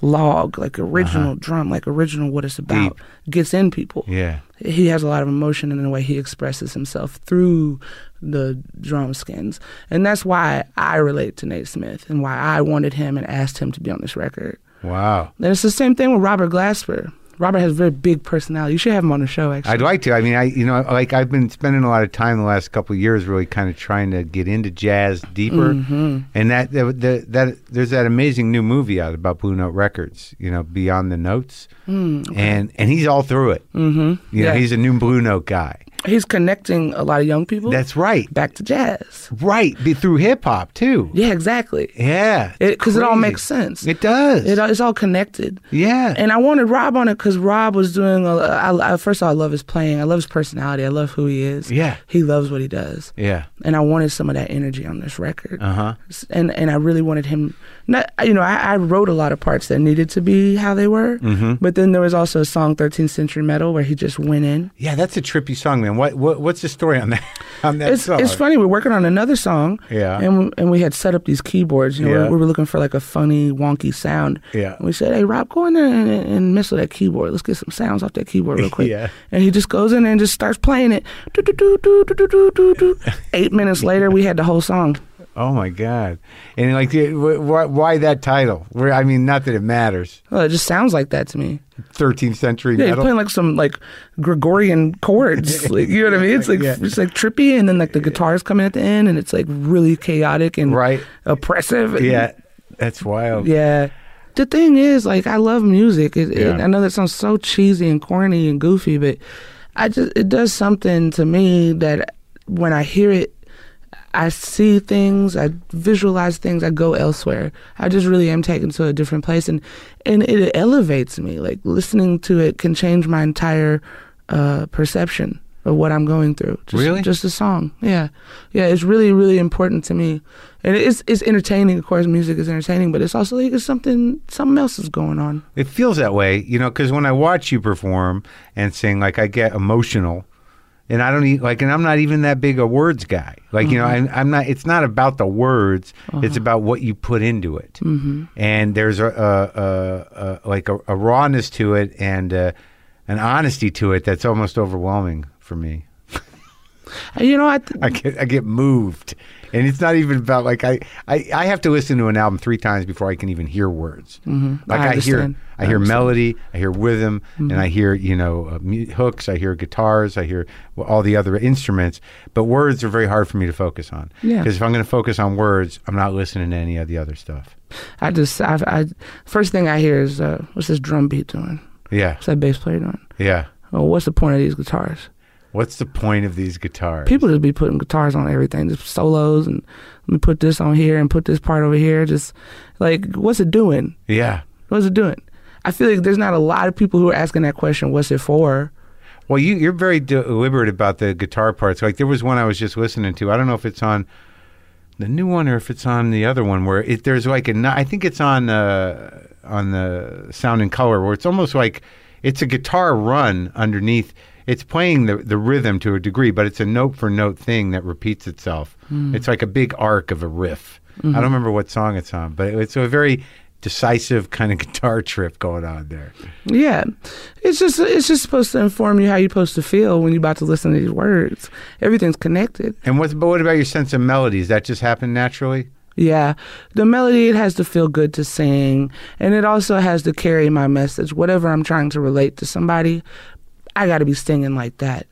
[SPEAKER 3] log, like original drum, like original what it's about, gets in people.
[SPEAKER 1] Yeah.
[SPEAKER 3] He has a lot of emotion in the way he expresses himself through the drum skins. And that's why I relate to Nate Smith and why I wanted him and asked him to be on this record.
[SPEAKER 1] Wow.
[SPEAKER 3] And it's the same thing with Robert Glasper. Robert has a very big personality. You should have him on the show, actually.
[SPEAKER 1] I'd like to. I mean, I you know, like I've been spending a lot of time the last couple of years really kind of trying to get into jazz deeper,
[SPEAKER 3] Mm-hmm.
[SPEAKER 1] and that that, that that there's that amazing new movie out about Blue Note Records, you know, Beyond the Notes, and and he's all through it. Mm-hmm. You know,
[SPEAKER 3] Hmm, Yeah.
[SPEAKER 1] he's a new Blue Note guy.
[SPEAKER 3] He's connecting a lot of young people
[SPEAKER 1] That's right,
[SPEAKER 3] back to jazz.
[SPEAKER 1] right. Be through hip hop too.
[SPEAKER 3] Yeah, exactly.
[SPEAKER 1] Yeah,
[SPEAKER 3] Because it, all
[SPEAKER 1] Crazy.
[SPEAKER 3] makes sense.
[SPEAKER 1] It does.
[SPEAKER 3] It, it's all connected.
[SPEAKER 1] yeah,
[SPEAKER 3] And I wanted Rob on it because Rob was doing. A, I, I, first of all, I love his playing. I love his personality. I love who he is.
[SPEAKER 1] Yeah.
[SPEAKER 3] he loves what he does.
[SPEAKER 1] yeah, Uh-huh.
[SPEAKER 3] And I wanted some of that energy on this record. Uh huh. And and I really wanted him. Not you know I, I wrote a lot of parts that needed to be how they were.
[SPEAKER 1] Mm-hmm.
[SPEAKER 3] But then there was also a song 13th Century Metal where he just went in.
[SPEAKER 1] yeah. That's a trippy song, man. What, what what's the story on that? On that
[SPEAKER 3] it's
[SPEAKER 1] song?
[SPEAKER 3] it's funny. We're working on another song.
[SPEAKER 1] Yeah.
[SPEAKER 3] And and we had set up these keyboards. You know,
[SPEAKER 1] Yeah.
[SPEAKER 3] we, we were looking for like a funny, wonky sound.
[SPEAKER 1] Yeah.
[SPEAKER 3] And we said, "Hey, Rob, go in there and, and mess with that keyboard. Let's get some sounds off that keyboard real quick."
[SPEAKER 1] (laughs) Yeah.
[SPEAKER 3] And he just goes in there and just starts playing it. Do, do, do, do, do, do, do, do,
[SPEAKER 1] (laughs)
[SPEAKER 3] do. Eight minutes later, we had the whole song.
[SPEAKER 1] Oh my God! And like, the- wh- wh- why that title? Where I mean, not that it matters.
[SPEAKER 3] Well, Oh, it just sounds like that to me.
[SPEAKER 1] 13th century
[SPEAKER 3] Yeah, he's
[SPEAKER 1] metal.
[SPEAKER 3] playing like some like Gregorian
[SPEAKER 1] (laughs)
[SPEAKER 3] chords. Like, you know what I mean? It's like
[SPEAKER 1] Yeah.
[SPEAKER 3] it's like trippy, and then like the guitars come in at the end, and it's like really chaotic and
[SPEAKER 1] Right.
[SPEAKER 3] oppressive. and-
[SPEAKER 1] yeah, that's wild.
[SPEAKER 3] Yeah. The thing is, like, I love music. It, it,
[SPEAKER 1] Yeah.
[SPEAKER 3] I know that sounds so cheesy and corny and goofy, but I just it does something to me that when I hear it, I see things, I visualize things, I go elsewhere. I just really am taken to a different place, and and it elevates me. Like listening to it can change my entire uh, perception of what I'm going through. Just,
[SPEAKER 1] Really?
[SPEAKER 3] just the song. Yeah, yeah. It's really, really important to me, and it's it's entertaining. Of course, music is entertaining, but it's also like it's something something else is going on.
[SPEAKER 1] It feels that way, you know, because when I watch you perform and sing, like I get emotional, and I don't e like, and I'm not even that big a words guy. Like, you know,
[SPEAKER 3] Mm-hmm.
[SPEAKER 1] I'm, I'm not. It's not about the words.
[SPEAKER 3] Uh-huh.
[SPEAKER 1] It's about what you put into it. Mm-hmm. And there's a, a, a, a like a, a rawness to it and uh, an honesty to it that's almost overwhelming for me.
[SPEAKER 3] And, you know, I th-
[SPEAKER 1] I get I get moved, and it's not even about like I I, I have to listen to an album three times before I can even hear words. Mm-hmm. Like
[SPEAKER 3] I
[SPEAKER 1] I, hear
[SPEAKER 3] understand.
[SPEAKER 1] I
[SPEAKER 3] I
[SPEAKER 1] hear
[SPEAKER 3] understand. Mm-hmm.
[SPEAKER 1] melody, I hear rhythm, and I hear you know uh, mu- hooks, I hear guitars, I hear all the other instruments. But words are very hard for me to focus on.
[SPEAKER 3] Yeah.
[SPEAKER 1] because if I'm going to focus on words, I'm not listening to any of the other stuff.
[SPEAKER 3] I just I, I first thing I hear is uh, what's this drum beat doing?
[SPEAKER 1] Yeah,
[SPEAKER 3] What's that bass player doing?
[SPEAKER 1] yeah.
[SPEAKER 3] Oh, what's the point of these guitars?
[SPEAKER 1] What's the point of these guitars?
[SPEAKER 3] People just be putting guitars on everything, just solos, and let me put this on here and put this part over here. Just like, what's it doing?
[SPEAKER 1] yeah.
[SPEAKER 3] What's it doing? I feel like there's not a lot of people who are asking that question. What's it for?
[SPEAKER 1] Well, you, you're very deliberate about the guitar parts. Like there was one I was just listening to. I don't know if it's on the new one or if it's on the other one. Where it, there's like a, ni- I think it's on uh, on the Sound and Color, where it's almost like it's a guitar run underneath, it's playing the, the rhythm to a degree, but it's a note for note thing that repeats itself. It's like a big arc of a riff. I don't remember what song it's on, but it's a very decisive kind of (laughs) guitar trip going on there.
[SPEAKER 3] Yeah, it's just it's just supposed to inform you how you're supposed to feel when you're about to listen to these words. Everything's connected.
[SPEAKER 1] And what, but what about your sense of melody? Does that just happen naturally?
[SPEAKER 3] Yeah, the melody it has to feel good to sing, and it also has to carry my message. Whatever I'm trying to relate to somebody, I got to be singing like that.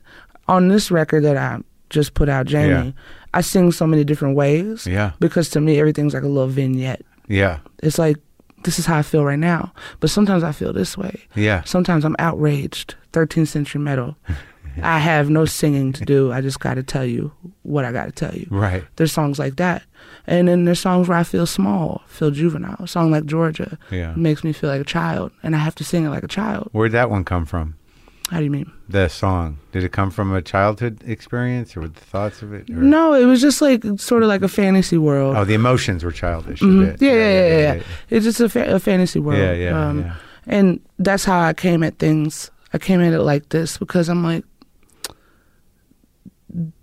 [SPEAKER 3] On this record that I just put out, Jamie,
[SPEAKER 1] Yeah.
[SPEAKER 3] I sing so many different ways.
[SPEAKER 1] Yeah.
[SPEAKER 3] because to me everything's like a little vignette.
[SPEAKER 1] Yeah.
[SPEAKER 3] It's like this is how I feel right now, but sometimes I feel this way.
[SPEAKER 1] Yeah.
[SPEAKER 3] Sometimes I'm outraged. 13th century
[SPEAKER 1] (laughs)
[SPEAKER 3] metal. I have no singing to do. I just got to tell you what I got to tell you.
[SPEAKER 1] Right.
[SPEAKER 3] There's songs like that. And then there's songs where I feel small, feel juvenile. A song like Georgia
[SPEAKER 1] Yeah.
[SPEAKER 3] makes me feel like a child, and I have to sing it like a child.
[SPEAKER 1] Where'd that one come from?
[SPEAKER 3] How do you mean?
[SPEAKER 1] The song. Did it come from a childhood experience or with the thoughts of it? Or?
[SPEAKER 3] No, it was just like sort of like a fantasy world.
[SPEAKER 1] Oh, the emotions were childish. a
[SPEAKER 3] Mhm.
[SPEAKER 1] bit.
[SPEAKER 3] yeah, yeah, yeah, yeah, yeah. It's just a, fa- a fantasy world. Um,
[SPEAKER 1] Yeah, yeah, yeah.
[SPEAKER 3] And that's how I came at things. I came at it like this because I'm like,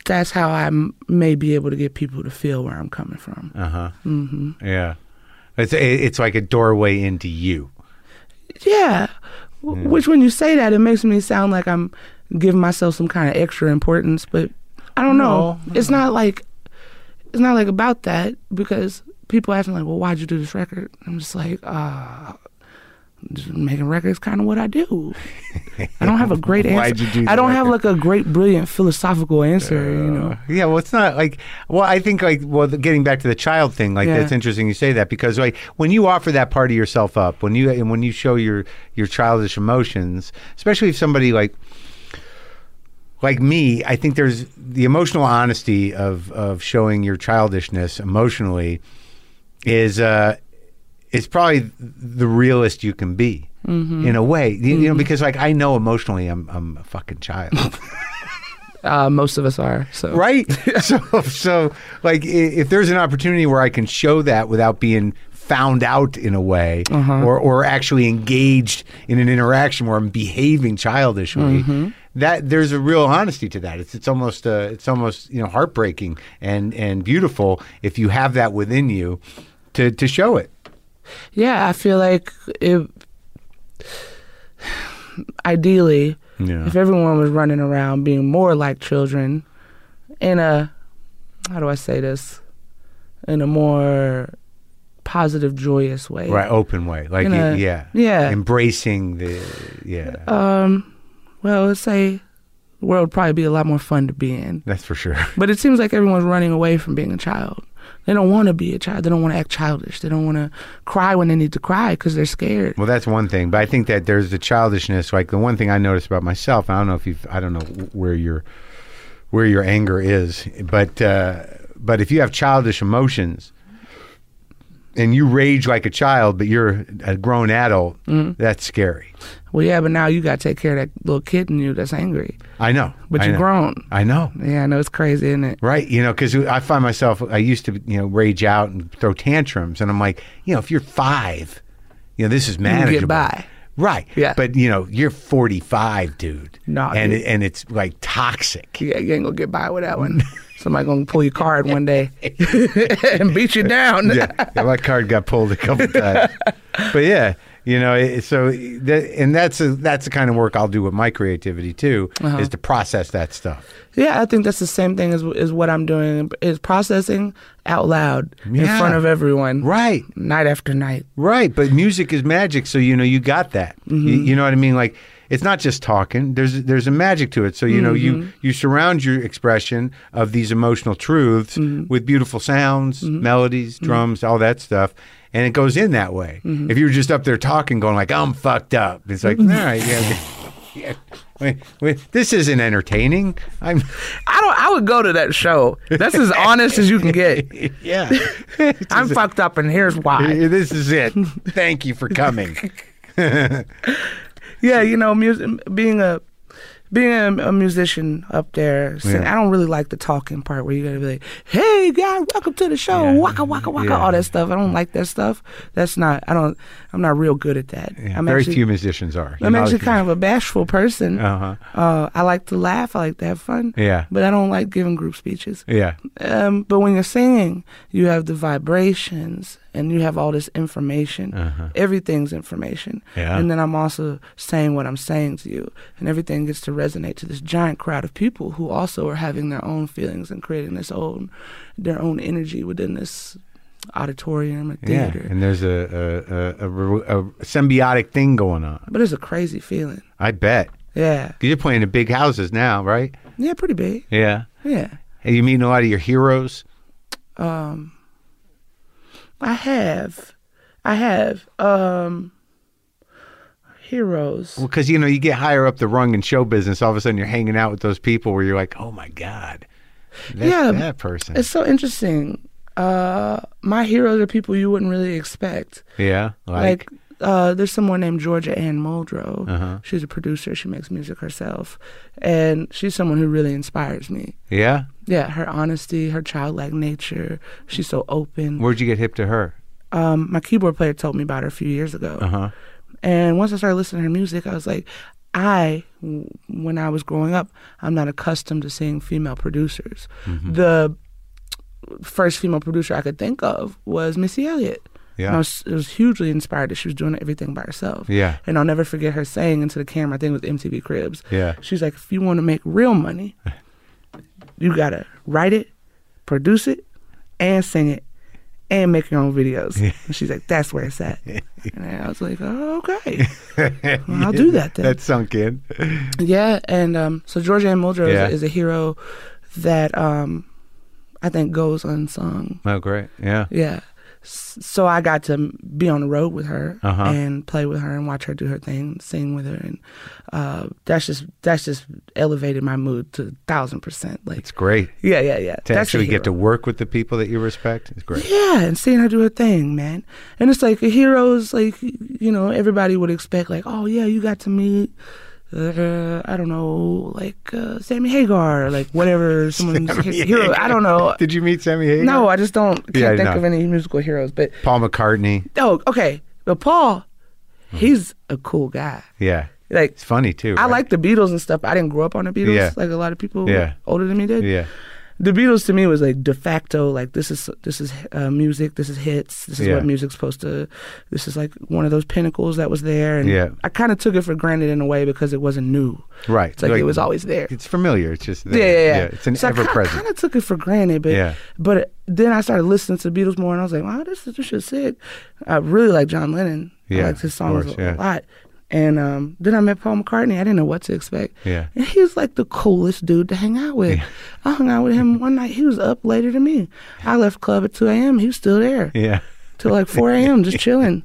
[SPEAKER 3] that's how I m- may be able to get people to feel where I'm coming from.
[SPEAKER 1] Uh huh. Mm-hmm. Yeah. It's it- it's like a doorway into you.
[SPEAKER 3] Yeah. W Which, when you say that, it makes me sound like I'm giving myself some kind of extra importance, but I don't know.
[SPEAKER 1] No,
[SPEAKER 3] It's not like it's not like about that because people ask me like, "Well, why'd you do this record?" I'm just like, uh, just making records, kind of what I do. I don't have a great
[SPEAKER 1] (laughs)
[SPEAKER 3] answer.
[SPEAKER 1] Why'd you do the
[SPEAKER 3] I don't have
[SPEAKER 1] record?
[SPEAKER 3] like a great, brilliant philosophical answer. you know,
[SPEAKER 1] Yeah, well, it's not like. Well, I think like. Well, the- getting back to the child thing, like
[SPEAKER 3] Yeah.
[SPEAKER 1] that's interesting you say that because like when you offer that part of yourself up, when you and when you show your your childish emotions, especially if somebody like like me, I think there's the emotional honesty of of showing your childishness emotionally is uh is probably the realest you can be
[SPEAKER 3] Mm-hmm.
[SPEAKER 1] in a way, you, you know, because like I know emotionally I'm I'm a fucking child.
[SPEAKER 3] uh, most of us are. So
[SPEAKER 1] right so so like i- if there's an opportunity where i can show that without being found out in a way or or actually engaged in an interaction where i'm behaving childishly that there's a real honesty to that it's it's almost uh, it's almost you know heartbreaking and and beautiful if you have that within you to to show it
[SPEAKER 3] yeah, I feel like it. (sighs) Ideally,
[SPEAKER 1] Yeah.
[SPEAKER 3] if everyone was running around being more like children, in a how do I say this, in a more positive, joyous way,
[SPEAKER 1] right open way like
[SPEAKER 3] In a-
[SPEAKER 1] y- yeah
[SPEAKER 3] yeah.
[SPEAKER 1] embracing the yeah
[SPEAKER 3] Um, well, let's say the world would probably be a lot more fun to be in.
[SPEAKER 1] that's for sure
[SPEAKER 3] But it seems like everyone's running away from being a child. They don't want to be a child. They don't want to act childish. They don't want to cry when they need to cry because they're scared.
[SPEAKER 1] Well, that's one thing, but I think that there's the childishness. Like the one thing I noticed about myself, and I don't know if you, I don't know wh- where your where your anger is, but uh, but if you have childish emotions and you rage like a child, but you're a grown adult,
[SPEAKER 3] Mm.
[SPEAKER 1] that's scary.
[SPEAKER 3] Well, yeah, but now you got to take care of that little kid in you that's angry.
[SPEAKER 1] I know,
[SPEAKER 3] But
[SPEAKER 1] I
[SPEAKER 3] you're
[SPEAKER 1] know.
[SPEAKER 3] grown.
[SPEAKER 1] I know.
[SPEAKER 3] Yeah, I know it's crazy, isn't it?
[SPEAKER 1] Right, you know, because I find myself, I used to, you know, rage out and throw tantrums, and I'm like, you know, if you're five, you know, this is
[SPEAKER 3] get
[SPEAKER 1] manageable.
[SPEAKER 3] by.
[SPEAKER 1] Right.
[SPEAKER 3] Yeah.
[SPEAKER 1] But you know, you're 45, dude.
[SPEAKER 3] Nah,
[SPEAKER 1] and
[SPEAKER 3] dude.
[SPEAKER 1] It, and it's like toxic.
[SPEAKER 3] You, you ain't gonna get by with that one. (laughs) Somebody gonna pull your card one day (laughs) and beat you down.
[SPEAKER 1] (laughs) yeah, yeah, my card got pulled a (laughs) couple times. But yeah, you know, it, so that, and that's a, that's the kind of work I'll do with my creativity too, is to process that stuff.
[SPEAKER 3] Yeah, I think that's the same thing as is what I'm doing is processing out loud in
[SPEAKER 1] Yeah.
[SPEAKER 3] front of everyone,
[SPEAKER 1] Right.
[SPEAKER 3] night after night.
[SPEAKER 1] Right, but music is magic, so you know you got that. You,
[SPEAKER 3] Mm-hmm.
[SPEAKER 1] you know what I mean? Like it's not just talking. There's there's a magic to it. So you know
[SPEAKER 3] Mm-hmm.
[SPEAKER 1] you you surround your expression of these emotional truths
[SPEAKER 3] Mm-hmm.
[SPEAKER 1] with beautiful sounds, melodies, drums, all that stuff, and it goes in that way.
[SPEAKER 3] Mm-hmm.
[SPEAKER 1] If you were just up there talking, going like I'm fucked up, it's like all right, yeah. yeah. Wait, wait, this isn't entertaining. I'm, (laughs)
[SPEAKER 3] I don't. I would go to that show. That's as honest as you
[SPEAKER 1] (laughs)
[SPEAKER 3] can get.
[SPEAKER 1] yeah,
[SPEAKER 3] I'm fucked up, and here's why.
[SPEAKER 1] this is it.
[SPEAKER 3] (laughs)
[SPEAKER 1] Thank you for coming.
[SPEAKER 3] Yeah, you know, music being a being a, a musician up there, sing-
[SPEAKER 1] Yeah.
[SPEAKER 3] I don't really like the talking part where you gotta be like, "Hey, guy, welcome to the show,
[SPEAKER 1] Yeah.
[SPEAKER 3] waka waka waka,"
[SPEAKER 1] Yeah.
[SPEAKER 3] all that stuff. I don't like that stuff. That's not. I don't. I'm not real good at that. I'm
[SPEAKER 1] Very
[SPEAKER 3] actually,
[SPEAKER 1] few musicians are.
[SPEAKER 3] I'm actually kind of a bashful person.
[SPEAKER 1] Uh-huh.
[SPEAKER 3] Uh, I like to laugh. I like to have fun.
[SPEAKER 1] Yeah.
[SPEAKER 3] But I don't like giving group speeches.
[SPEAKER 1] Yeah.
[SPEAKER 3] Um, but when you're singing, you have the vibrations and you have all this information. Everything's information.
[SPEAKER 1] Uh-huh. Yeah.
[SPEAKER 3] And then I'm also saying what I'm saying to you. And everything gets to resonate to this giant crowd of people who also are having their own feelings and creating this own their own energy within this auditorium or
[SPEAKER 1] Yeah.
[SPEAKER 3] theater.
[SPEAKER 1] And there's a a, a, a, re- a symbiotic thing going on.
[SPEAKER 3] But it's a crazy feeling.
[SPEAKER 1] I bet.
[SPEAKER 3] Yeah.
[SPEAKER 1] 'Cause You're playing in big houses now, right?
[SPEAKER 3] Yeah, pretty big.
[SPEAKER 1] Yeah.
[SPEAKER 3] Yeah.
[SPEAKER 1] And you meet a lot of your heroes.
[SPEAKER 3] I have. I have. Um heroes.
[SPEAKER 1] Well, because you know you get higher up the rung in show business, all of a sudden you're hanging out with those people where you're like, oh my god, that's
[SPEAKER 3] Yeah,
[SPEAKER 1] that person.
[SPEAKER 3] It's so interesting. Uh, my heroes are people you wouldn't really expect.
[SPEAKER 1] yeah, like,
[SPEAKER 3] Like, uh, there's someone named Georgia Ann Muldrow. She's a producer. She makes music herself, and she's someone who really inspires me.
[SPEAKER 1] yeah.
[SPEAKER 3] Yeah, her honesty, her childlike nature. She's so open.
[SPEAKER 1] Where'd you get hip to her?
[SPEAKER 3] Um, my keyboard player told me about her a few years ago, and once I started listening to her music, I was like, I, w- when I was growing up, I'm not accustomed to seeing female producers. The first female producer I could think of was Missy Elliott.
[SPEAKER 1] Yeah.
[SPEAKER 3] And I was, I was hugely inspired that she was doing everything by herself. (laughs)
[SPEAKER 1] Yeah. (laughs)
[SPEAKER 3] And I'll never forget her saying into the camera, I think it was MTV Cribs.
[SPEAKER 1] Yeah.
[SPEAKER 3] She's like, if you want to make real
[SPEAKER 1] (laughs)
[SPEAKER 3] money, you got to write it, produce it, and sing it, and make your own videos. And she's like, that's where
[SPEAKER 1] (laughs)
[SPEAKER 3] it's at. and I was like, oh, okay. Well, I'll do that then.
[SPEAKER 1] That sunk in.
[SPEAKER 3] Yeah, and um, so Georgia Ann Muldrow is-
[SPEAKER 1] Yeah.
[SPEAKER 3] is, a hero that um, I think goes unsung.
[SPEAKER 1] Oh, great. Yeah.
[SPEAKER 3] Yeah. S- So I got to m- be on the road with her
[SPEAKER 1] Uh-huh.
[SPEAKER 3] and play with her and watch her do her thing, sing with her, and uh, that's just that's just elevated my mood to a thousand percent. Like,
[SPEAKER 1] It's great
[SPEAKER 3] yeah, yeah, yeah.
[SPEAKER 1] to
[SPEAKER 3] That's a
[SPEAKER 1] actually get to
[SPEAKER 3] hero.
[SPEAKER 1] work with the people that you respect. It's great.
[SPEAKER 3] Yeah, and seeing her do her thing, man. And it's like a hero's, like, you know, everybody would expect, like, oh, yeah, you got to meet, uh, I don't know, like uh, Sammy Hagar, or like whatever, someone's
[SPEAKER 1] (laughs)
[SPEAKER 3] he- hero. I don't know.
[SPEAKER 1] Did you meet Sammy Hagar?
[SPEAKER 3] No, I just don't, can't
[SPEAKER 1] Yeah,
[SPEAKER 3] think
[SPEAKER 1] no.
[SPEAKER 3] of any musical heroes. But,
[SPEAKER 1] Paul McCartney.
[SPEAKER 3] oh, okay. But Paul, he's a cool guy.
[SPEAKER 1] Yeah.
[SPEAKER 3] Like,
[SPEAKER 1] It's funny too.
[SPEAKER 3] I
[SPEAKER 1] right?
[SPEAKER 3] like the Beatles and stuff. but I didn't grow up on the Beatles
[SPEAKER 1] Yeah.
[SPEAKER 3] like a lot of people
[SPEAKER 1] Yeah.
[SPEAKER 3] older than me did
[SPEAKER 1] Yeah.
[SPEAKER 3] the Beatles to me was like de facto like this is this is uh, music this is hits this is
[SPEAKER 1] Yeah.
[SPEAKER 3] what music's supposed to this is like one of those pinnacles that was there and
[SPEAKER 1] Yeah.
[SPEAKER 3] I kind of took it for granted in a way because it wasn't new
[SPEAKER 1] Right.
[SPEAKER 3] it's like, it was always there
[SPEAKER 1] It's familiar. It's just there.
[SPEAKER 3] yeah yeah yeah,
[SPEAKER 1] It's an
[SPEAKER 3] so
[SPEAKER 1] ever
[SPEAKER 3] I
[SPEAKER 1] present.
[SPEAKER 3] kind of took it for granted but
[SPEAKER 1] Yeah.
[SPEAKER 3] but then I started listening to Beatles more and I was like wow this is this shit's sick I really like John Lennon
[SPEAKER 1] Yeah,
[SPEAKER 3] I liked his
[SPEAKER 1] of
[SPEAKER 3] songs
[SPEAKER 1] course,
[SPEAKER 3] a
[SPEAKER 1] yeah.
[SPEAKER 3] lot and um, then I met Paul McCartney. I didn't know what to expect.
[SPEAKER 1] Yeah.
[SPEAKER 3] And he was like the coolest dude to hang out with. I hung out
[SPEAKER 1] (laughs)
[SPEAKER 3] with him one night. He was up later than me. I left club at 2 a.m. He was still there
[SPEAKER 1] Yeah.
[SPEAKER 3] till like 4 a.m. just
[SPEAKER 1] (laughs)
[SPEAKER 3] chilling.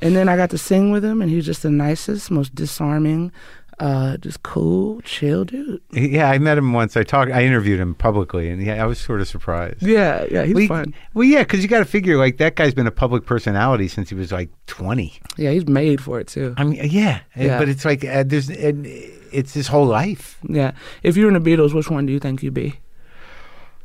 [SPEAKER 3] And then I got to sing with him, and he was just the nicest, most disarming, uh, just cool, chill dude.
[SPEAKER 1] Yeah. I met him once. I talked. I interviewed him publicly, and yeah, I was sort of surprised.
[SPEAKER 3] Yeah, yeah, he's
[SPEAKER 1] Well,
[SPEAKER 3] fun.
[SPEAKER 1] you- well, yeah, because you got to figure like that guy's been a public personality since he was like twenty.
[SPEAKER 3] Yeah, he's made for it too.
[SPEAKER 1] I mean, yeah, uh,
[SPEAKER 3] Yeah.
[SPEAKER 1] but it's like uh, there's and it's his whole life.
[SPEAKER 3] Yeah. If you're in the Beatles, which one do you think you'd be?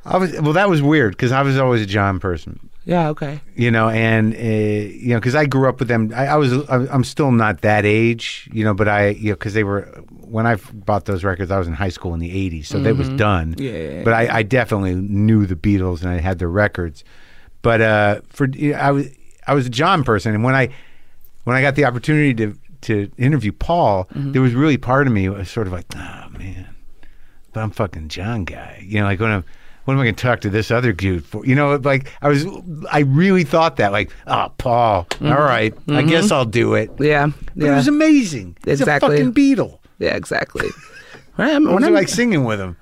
[SPEAKER 1] I was well, that was weird because I was always a John person,
[SPEAKER 3] Yeah, okay.
[SPEAKER 1] you know, and uh, you know because I grew up with them. I, I was I, I'm still not that age, you know, but I you know because they were when I bought those records, I was in high school in the '80s, so that was done.
[SPEAKER 3] Yeah.
[SPEAKER 1] but I, I definitely knew the Beatles and I had their records. But uh, for I was I was a John person, and when I when I got the opportunity to to interview Paul,
[SPEAKER 3] Mm-hmm.
[SPEAKER 1] there was really part of me was sort of like, oh man, but I'm fucking John guy, you know, like when I'm. What am I going to talk to this other dude for? You know, like I was, I really thought that, like, oh, Paul, all right, I guess I'll do it. But
[SPEAKER 3] Yeah.
[SPEAKER 1] it
[SPEAKER 3] Mm-hmm. Yeah.
[SPEAKER 1] was amazing.
[SPEAKER 3] Exactly.
[SPEAKER 1] It's a fucking Beatle.
[SPEAKER 3] yeah, exactly. (laughs) Right, I mean,
[SPEAKER 1] I
[SPEAKER 3] when
[SPEAKER 1] was
[SPEAKER 3] I'm,
[SPEAKER 1] like singing with him.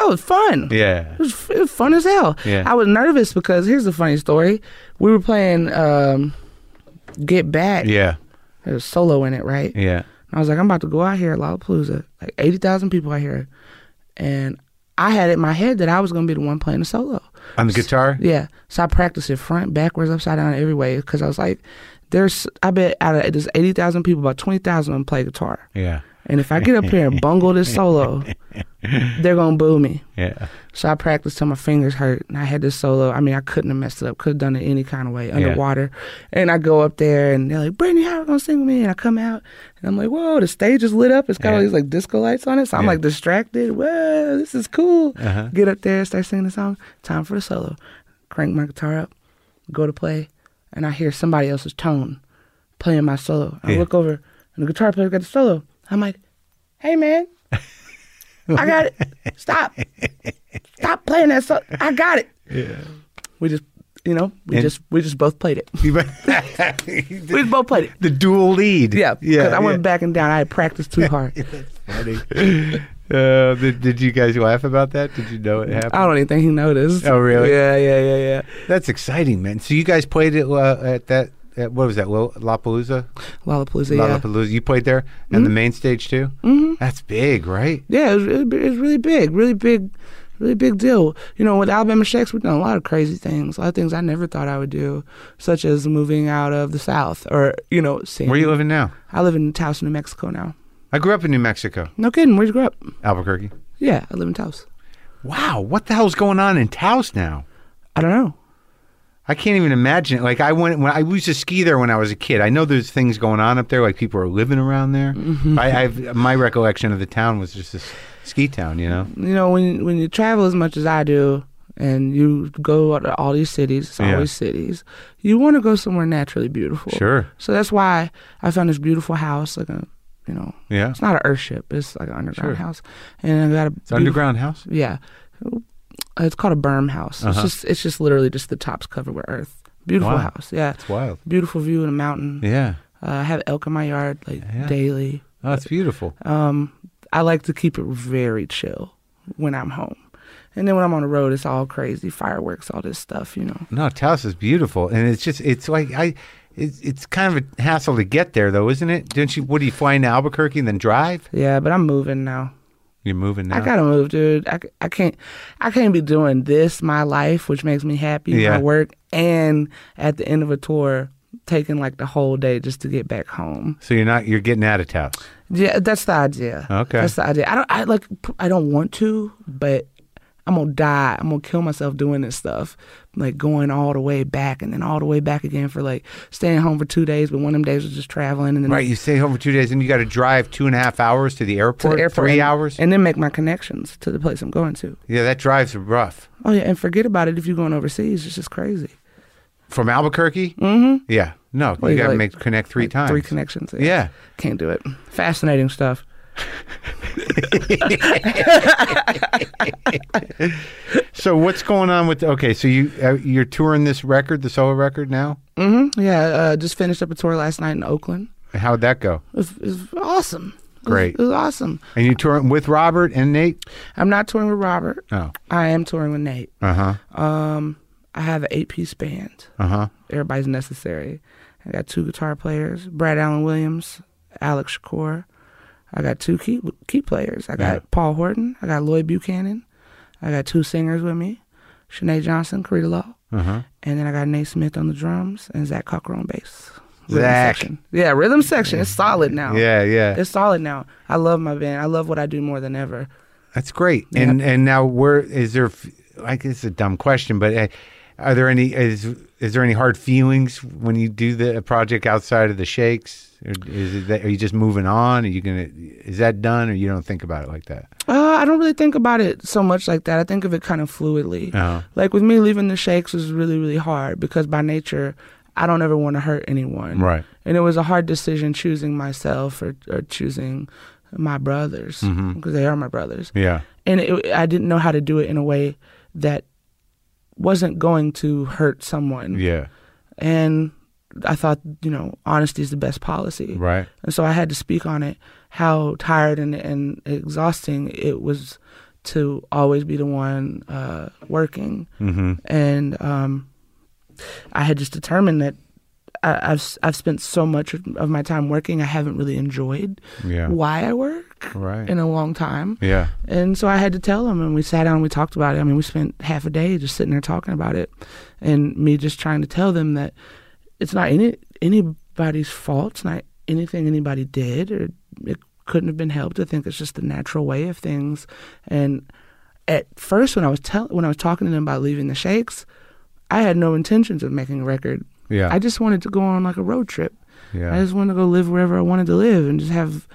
[SPEAKER 3] oh, it's fun.
[SPEAKER 1] Yeah.
[SPEAKER 3] It was, f- it was fun as hell.
[SPEAKER 1] Yeah.
[SPEAKER 3] I was nervous because here's the funny story. We were playing um, Get Back.
[SPEAKER 1] Yeah.
[SPEAKER 3] There's solo in it, right?
[SPEAKER 1] Yeah.
[SPEAKER 3] I was like, I'm about to go out here at Lollapalooza. Like 80,000 people out here. And I had it in my head that I was going to be the one playing the solo.
[SPEAKER 1] On the guitar?
[SPEAKER 3] Yeah. So I practiced it front, backwards, upside down, every way because I was like, there's, I bet out of this 80,000 people, about 20,000 of them play guitar.
[SPEAKER 1] Yeah.
[SPEAKER 3] And if I get up here and bungle this solo, they're gonna boo me.
[SPEAKER 1] Yeah.
[SPEAKER 3] So I practiced till my fingers hurt, and I had this solo. I mean, I couldn't have messed it up. Could have done it any kind of way, underwater. And I go up there, and they're like, "Brittany, how are you gonna sing with me?" And I come out, and I'm like, "Whoa, the stage is lit up. It's got all these like disco lights on it." So I'm like distracted. Whoa, this is cool.
[SPEAKER 1] Uh-huh.
[SPEAKER 3] Get up there, start singing the song. Time for the solo. Crank my guitar up, go to play, and I hear somebody else's tone playing my solo. I look over, and the guitar player's got the solo. I'm like, "Hey, man." I got it. Stop. Stop playing that song. I got it. Yeah. We just, you know, we just we just both played it.
[SPEAKER 1] (laughs)
[SPEAKER 3] We
[SPEAKER 1] the,
[SPEAKER 3] just both
[SPEAKER 1] (laughs)
[SPEAKER 3] played it.
[SPEAKER 1] the dual lead.
[SPEAKER 3] Yeah.
[SPEAKER 1] Yeah.
[SPEAKER 3] Because I went
[SPEAKER 1] yeah.
[SPEAKER 3] back and down. I had
[SPEAKER 1] (laughs)
[SPEAKER 3] practiced too hard.
[SPEAKER 1] Funny. Uh, did, did you guys laugh about that? Did you know it happened?
[SPEAKER 3] I don't even think he noticed.
[SPEAKER 1] Oh, really?
[SPEAKER 3] Yeah, yeah, yeah, yeah.
[SPEAKER 1] That's exciting, man. So you guys played it uh, at that. At, what was that? Lo- Lollapalooza.
[SPEAKER 3] Lollapalooza. Yeah.
[SPEAKER 1] Lollapalooza. You played there and the main stage too. Mm-hmm. That's big, right?
[SPEAKER 3] Yeah, it was, it was- it was really big, really big, really big deal. You know, with Alabama Shakes, we've done a lot of crazy things, a lot of things I never thought I would do, such as moving out of the South or, you know, seeing.
[SPEAKER 1] Where you living now?
[SPEAKER 3] I live in Taos, New Mexico now.
[SPEAKER 1] I grew up in New Mexico,
[SPEAKER 3] No kidding. Where'd you grow up?
[SPEAKER 1] Albuquerque.
[SPEAKER 3] Yeah, I live in Taos.
[SPEAKER 1] Wow, what the hell's going on in Taos now?
[SPEAKER 3] I don't know.
[SPEAKER 1] I can't even imagine. it. Like I went when I used to ski there when I was a kid. I know there's things going on up there, like people are living around there.
[SPEAKER 3] Mm-hmm.
[SPEAKER 1] I, I've my recollection of the town was just this ski town, you know.
[SPEAKER 3] you know when when you travel as much as I do and you go out to all these cities, it's
[SPEAKER 1] Yeah.
[SPEAKER 3] always cities. You want to go somewhere naturally beautiful.
[SPEAKER 1] Sure.
[SPEAKER 3] So that's why I found this beautiful house, like a you know,
[SPEAKER 1] Yeah,
[SPEAKER 3] it's not an earthship, it's like an underground
[SPEAKER 1] Sure.
[SPEAKER 3] house, and I got a
[SPEAKER 1] it's underground house.
[SPEAKER 3] yeah, it's called a berm house. It's just it's just literally just the top's covered with earth. Beautiful
[SPEAKER 1] Uh-huh. Wow.
[SPEAKER 3] house, yeah.
[SPEAKER 1] It's wild.
[SPEAKER 3] Beautiful view in a mountain.
[SPEAKER 1] Yeah,
[SPEAKER 3] Uh, I have elk in my yard like
[SPEAKER 1] Yeah.
[SPEAKER 3] daily. Um,
[SPEAKER 1] oh, it's beautiful.
[SPEAKER 3] I like to keep it very chill when I'm home. And then when I'm on the road, it's all crazy fireworks, all this stuff, you know.
[SPEAKER 1] No, Taos is beautiful, and it's just it's like I. It's, it's kind of a hassle to get there, though, isn't it? Don't you? What do you fly into Albuquerque and then drive?
[SPEAKER 3] Yeah, but I'm moving now.
[SPEAKER 1] You're moving now.
[SPEAKER 3] I gotta move, dude. I, c- I can't I can't be doing this my life, which makes me happy,
[SPEAKER 1] Yeah.
[SPEAKER 3] my work, and at the end of a tour, taking like the whole day just to get back home.
[SPEAKER 1] so you're not. You're getting out of Taos.
[SPEAKER 3] Yeah, that's the idea.
[SPEAKER 1] Okay.
[SPEAKER 3] that's the idea. I don't I like p- I don't want to, but I'm gonna die. I'm gonna kill myself doing this stuff, like going all the way back and then all the way back again for like staying home for two days. But one of them days was just traveling and then
[SPEAKER 1] Right, you stay home for two days, and you got to drive two and a half hours to the airport.
[SPEAKER 3] to the airport
[SPEAKER 1] three
[SPEAKER 3] and-
[SPEAKER 1] hours.
[SPEAKER 3] and then make my connections to the place I'm going to.
[SPEAKER 1] yeah, that drive's rough.
[SPEAKER 3] Oh yeah, and forget about it if you're going overseas. It's just crazy.
[SPEAKER 1] From Albuquergie. Mm-hmm. Yeah, no,
[SPEAKER 3] Like-
[SPEAKER 1] you got to
[SPEAKER 3] like-
[SPEAKER 1] make connect three
[SPEAKER 3] like,
[SPEAKER 1] times.
[SPEAKER 3] Three connections.
[SPEAKER 1] Yeah.
[SPEAKER 3] can't do it. Fascinating stuff.
[SPEAKER 1] So what's going on with? Okay, so you uh, you're touring this record, the solo record now.
[SPEAKER 3] Mm-hmm. Yeah, uh, just finished up a tour last night in Oakland.
[SPEAKER 1] How'd that go?
[SPEAKER 3] It was, it was awesome. It was-
[SPEAKER 1] Great.
[SPEAKER 3] It was awesome.
[SPEAKER 1] And you touring with Robert and Nate?
[SPEAKER 3] I'm not touring with Robert.
[SPEAKER 1] Oh,
[SPEAKER 3] I am touring with Nate. Um,
[SPEAKER 1] uh huh,
[SPEAKER 3] I have an eight piece band.
[SPEAKER 1] uh huh.
[SPEAKER 3] Everybody's necessary. I got two guitar players, Brad Allen Williams, Alex Shakur. I got two key key players. I got
[SPEAKER 1] Yeah.
[SPEAKER 3] Paul Horton. I got Lloyd Buchanan. I got two singers with me, Shanae Johnson, Karita Law.
[SPEAKER 1] uh-huh.
[SPEAKER 3] And then I got Nate Smith on the drums and Zach Cocker on bass. Rhythm
[SPEAKER 1] Zach.
[SPEAKER 3] section. Yeah, rhythm section. It's solid now.
[SPEAKER 1] Yeah, yeah.
[SPEAKER 3] It's solid now. I love my band. I love what I do more than ever.
[SPEAKER 1] That's great. And and now where is there? f- Like it's a dumb question, but uh, are there any is is there any hard feelings when you do the a project outside of the shakes? Or is it that, are you just moving on? Are you gonna is that done, or you don't think about it like that?
[SPEAKER 3] Uh, I don't really think about it so much like that. I think of it kind of fluidly.
[SPEAKER 1] Uh-huh.
[SPEAKER 3] Like with me, leaving the shakes was really, really hard because by nature, I don't ever want to hurt anyone.
[SPEAKER 1] Right.
[SPEAKER 3] And it was a hard decision choosing myself or, or choosing my brothers because
[SPEAKER 1] Mm-hmm.
[SPEAKER 3] they are my brothers.
[SPEAKER 1] Yeah.
[SPEAKER 3] And it, I didn't know how to do it in a way that wasn't going to hurt someone.
[SPEAKER 1] Yeah.
[SPEAKER 3] And I thought, you know, honesty is the best policy.
[SPEAKER 1] Right.
[SPEAKER 3] And so I had to speak on it how tired and, and exhausting it was to always be the one uh, working. Mm-hmm. And um, I had just determined that I, I've, s- I've spent so much of my time working, I haven't really enjoyed
[SPEAKER 1] Yeah.
[SPEAKER 3] why I work
[SPEAKER 1] Right.
[SPEAKER 3] in a long time.
[SPEAKER 1] Yeah.
[SPEAKER 3] And so I had to tell him, and we sat down and we talked about it. I mean, we spent half a day just sitting there talking about it, and me just trying to tell them that it's not any anybody's fault. It's not anything anybody did, or it couldn't have been helped. I think it's just the natural way of things. And at first, when I was tell- when I was talking to them about leaving the Shakes, I had no intentions of making a record.
[SPEAKER 1] Yeah.
[SPEAKER 3] I just wanted to go on like a road trip.
[SPEAKER 1] Yeah.
[SPEAKER 3] I just wanted to go live wherever I wanted to live and just have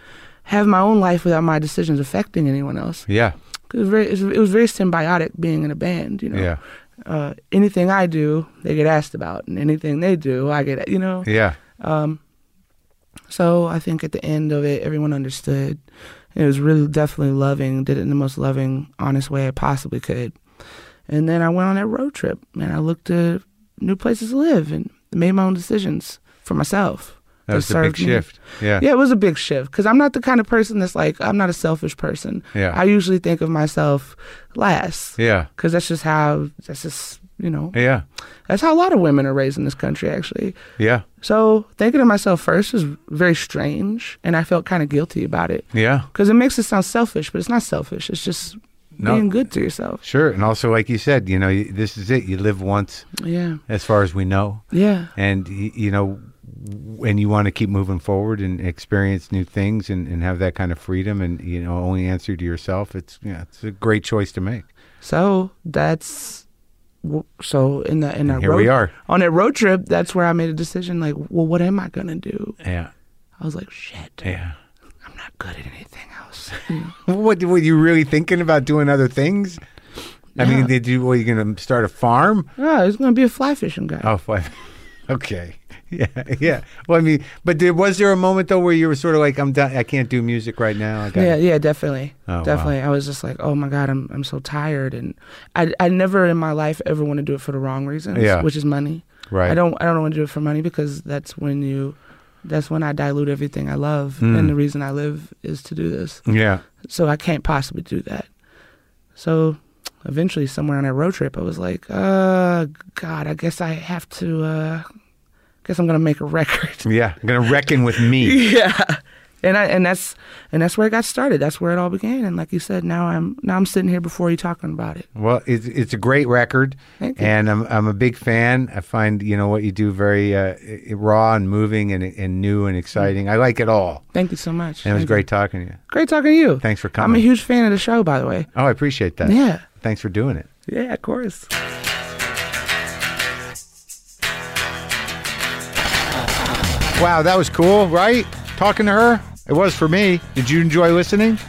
[SPEAKER 3] have my own life without my decisions affecting anyone else.
[SPEAKER 1] yeah.
[SPEAKER 3] 'Cause It was very it was very symbiotic being in a band. You know.
[SPEAKER 1] Yeah.
[SPEAKER 3] Uh, anything I do, they get asked about, and anything they do, I get you know.
[SPEAKER 1] Yeah.
[SPEAKER 3] So I think at the end of it, everyone understood. It was really definitely loving, did it in the most loving, honest way I possibly could. And then I went on that road trip and I looked to new places to live and made my own decisions for myself.
[SPEAKER 1] That was a big
[SPEAKER 3] served me.
[SPEAKER 1] shift. (laughs) Yeah.
[SPEAKER 3] Yeah, it was a big shift because I'm not the kind of person that's like, I'm not a selfish person.
[SPEAKER 1] Yeah.
[SPEAKER 3] I usually think of myself last
[SPEAKER 1] Yeah.
[SPEAKER 3] because that's just how, that's just, you know,
[SPEAKER 1] Yeah.
[SPEAKER 3] that's how a lot of women are raised in this country, actually.
[SPEAKER 1] Yeah.
[SPEAKER 3] So thinking of myself first was very strange, and I felt kind of guilty about it
[SPEAKER 1] Yeah.
[SPEAKER 3] because it makes it sound selfish, but it's not selfish. It's just
[SPEAKER 1] No.
[SPEAKER 3] being good to yourself.
[SPEAKER 1] Sure. And also, like you said, you know, y- this is it. You live once,
[SPEAKER 3] Yeah,
[SPEAKER 1] as far as we know,
[SPEAKER 3] yeah,
[SPEAKER 1] and y- you know, w- and you want to keep moving forward and experience new things and, and have that kind of freedom and you know only answer to yourself. It's yeah, it's a great choice to make.
[SPEAKER 3] So that's w- so in the in that
[SPEAKER 1] here
[SPEAKER 3] road,
[SPEAKER 1] we are.
[SPEAKER 3] on that road trip. That's where I made a decision. Like, well, what am I gonna do?
[SPEAKER 1] Yeah.
[SPEAKER 3] I was like, shit,
[SPEAKER 1] Yeah.
[SPEAKER 3] I'm not good at anything else.
[SPEAKER 1] What were you really thinking about doing other things? I mean,
[SPEAKER 3] Yeah.
[SPEAKER 1] did you? Were you going to start a farm?
[SPEAKER 3] (laughs) yeah, I was gonna be a fly fishing guy. (laughs)
[SPEAKER 1] Oh, five. okay. Yeah, yeah. Well, I mean, but there, was there a moment though where you were sort of like, I'm done. I can't do music right now. I got
[SPEAKER 3] Yeah, yeah, definitely,
[SPEAKER 1] Oh, wow.
[SPEAKER 3] definitely. I was just like, oh my god, I'm I'm so tired, and I I never in my life ever want to do it for the wrong reasons,
[SPEAKER 1] Yeah.
[SPEAKER 3] which is money.
[SPEAKER 1] Right.
[SPEAKER 3] I don't I don't want to do it for money because that's when you, that's when I dilute everything I love,
[SPEAKER 1] Mm.
[SPEAKER 3] and the reason I live is to do this.
[SPEAKER 1] Yeah.
[SPEAKER 3] So I can't possibly do that. So eventually, somewhere on that road trip, I was like, uh, God, I guess I have to. uh Guess I'm gonna make a (laughs) record.
[SPEAKER 1] Yeah. I'm gonna reckon with (laughs)
[SPEAKER 3] (laughs)
[SPEAKER 1] me.
[SPEAKER 3] yeah and I, and that's and that's where it got started that's where it all began and like you said now i'm now i'm sitting here before you talking about it
[SPEAKER 1] Well, it's it's a great record,
[SPEAKER 3] Thank you.
[SPEAKER 1] and I'm I'm a big fan. I find you know what you do very uh, i- i- raw and moving and and new and exciting. I like it all.
[SPEAKER 3] thank you so much
[SPEAKER 1] And it was
[SPEAKER 3] Thank
[SPEAKER 1] great talking to you.
[SPEAKER 3] you. great talking to you
[SPEAKER 1] Thanks for
[SPEAKER 3] i'm a
[SPEAKER 1] coming.
[SPEAKER 3] huge fan of the show by the way
[SPEAKER 1] Oh, I appreciate that.
[SPEAKER 3] Yeah.
[SPEAKER 1] Thanks for doing it.
[SPEAKER 3] yeah of course
[SPEAKER 1] Wow, that was cool, right? Talking to her. It was for me. Did you enjoy listening?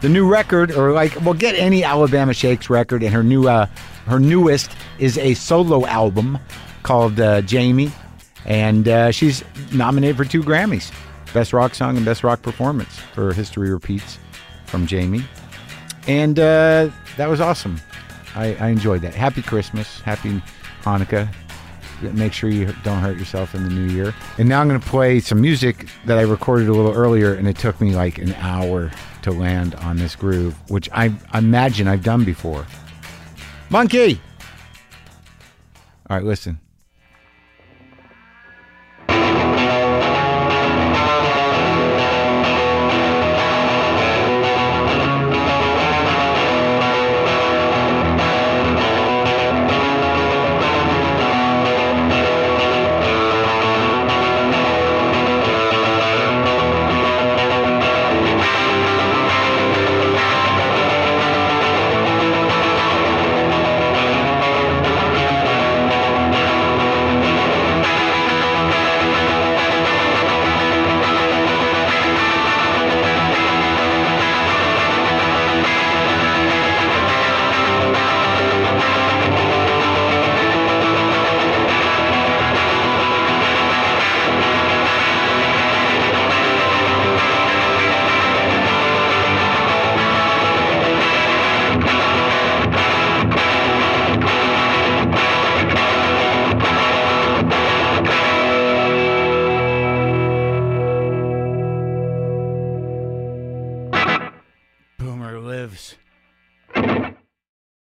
[SPEAKER 1] The new record, or like, well, get any Alabama Shakes record, and her new, uh, her newest is a solo album called uh, Jamie, and uh, she's nominated for two Grammys, Best Rock Song and Best Rock Performance for History Repeats from Jamie, and uh, that was awesome. I, I enjoyed that. Happy Christmas, happy Hanukkah, make sure you don't hurt yourself in the new year. And now I'm going to play some music that I recorded a little earlier, and it took me like an hour to land on this groove, which I imagine I've done before. Monkey! All right, listen. Boomer lives.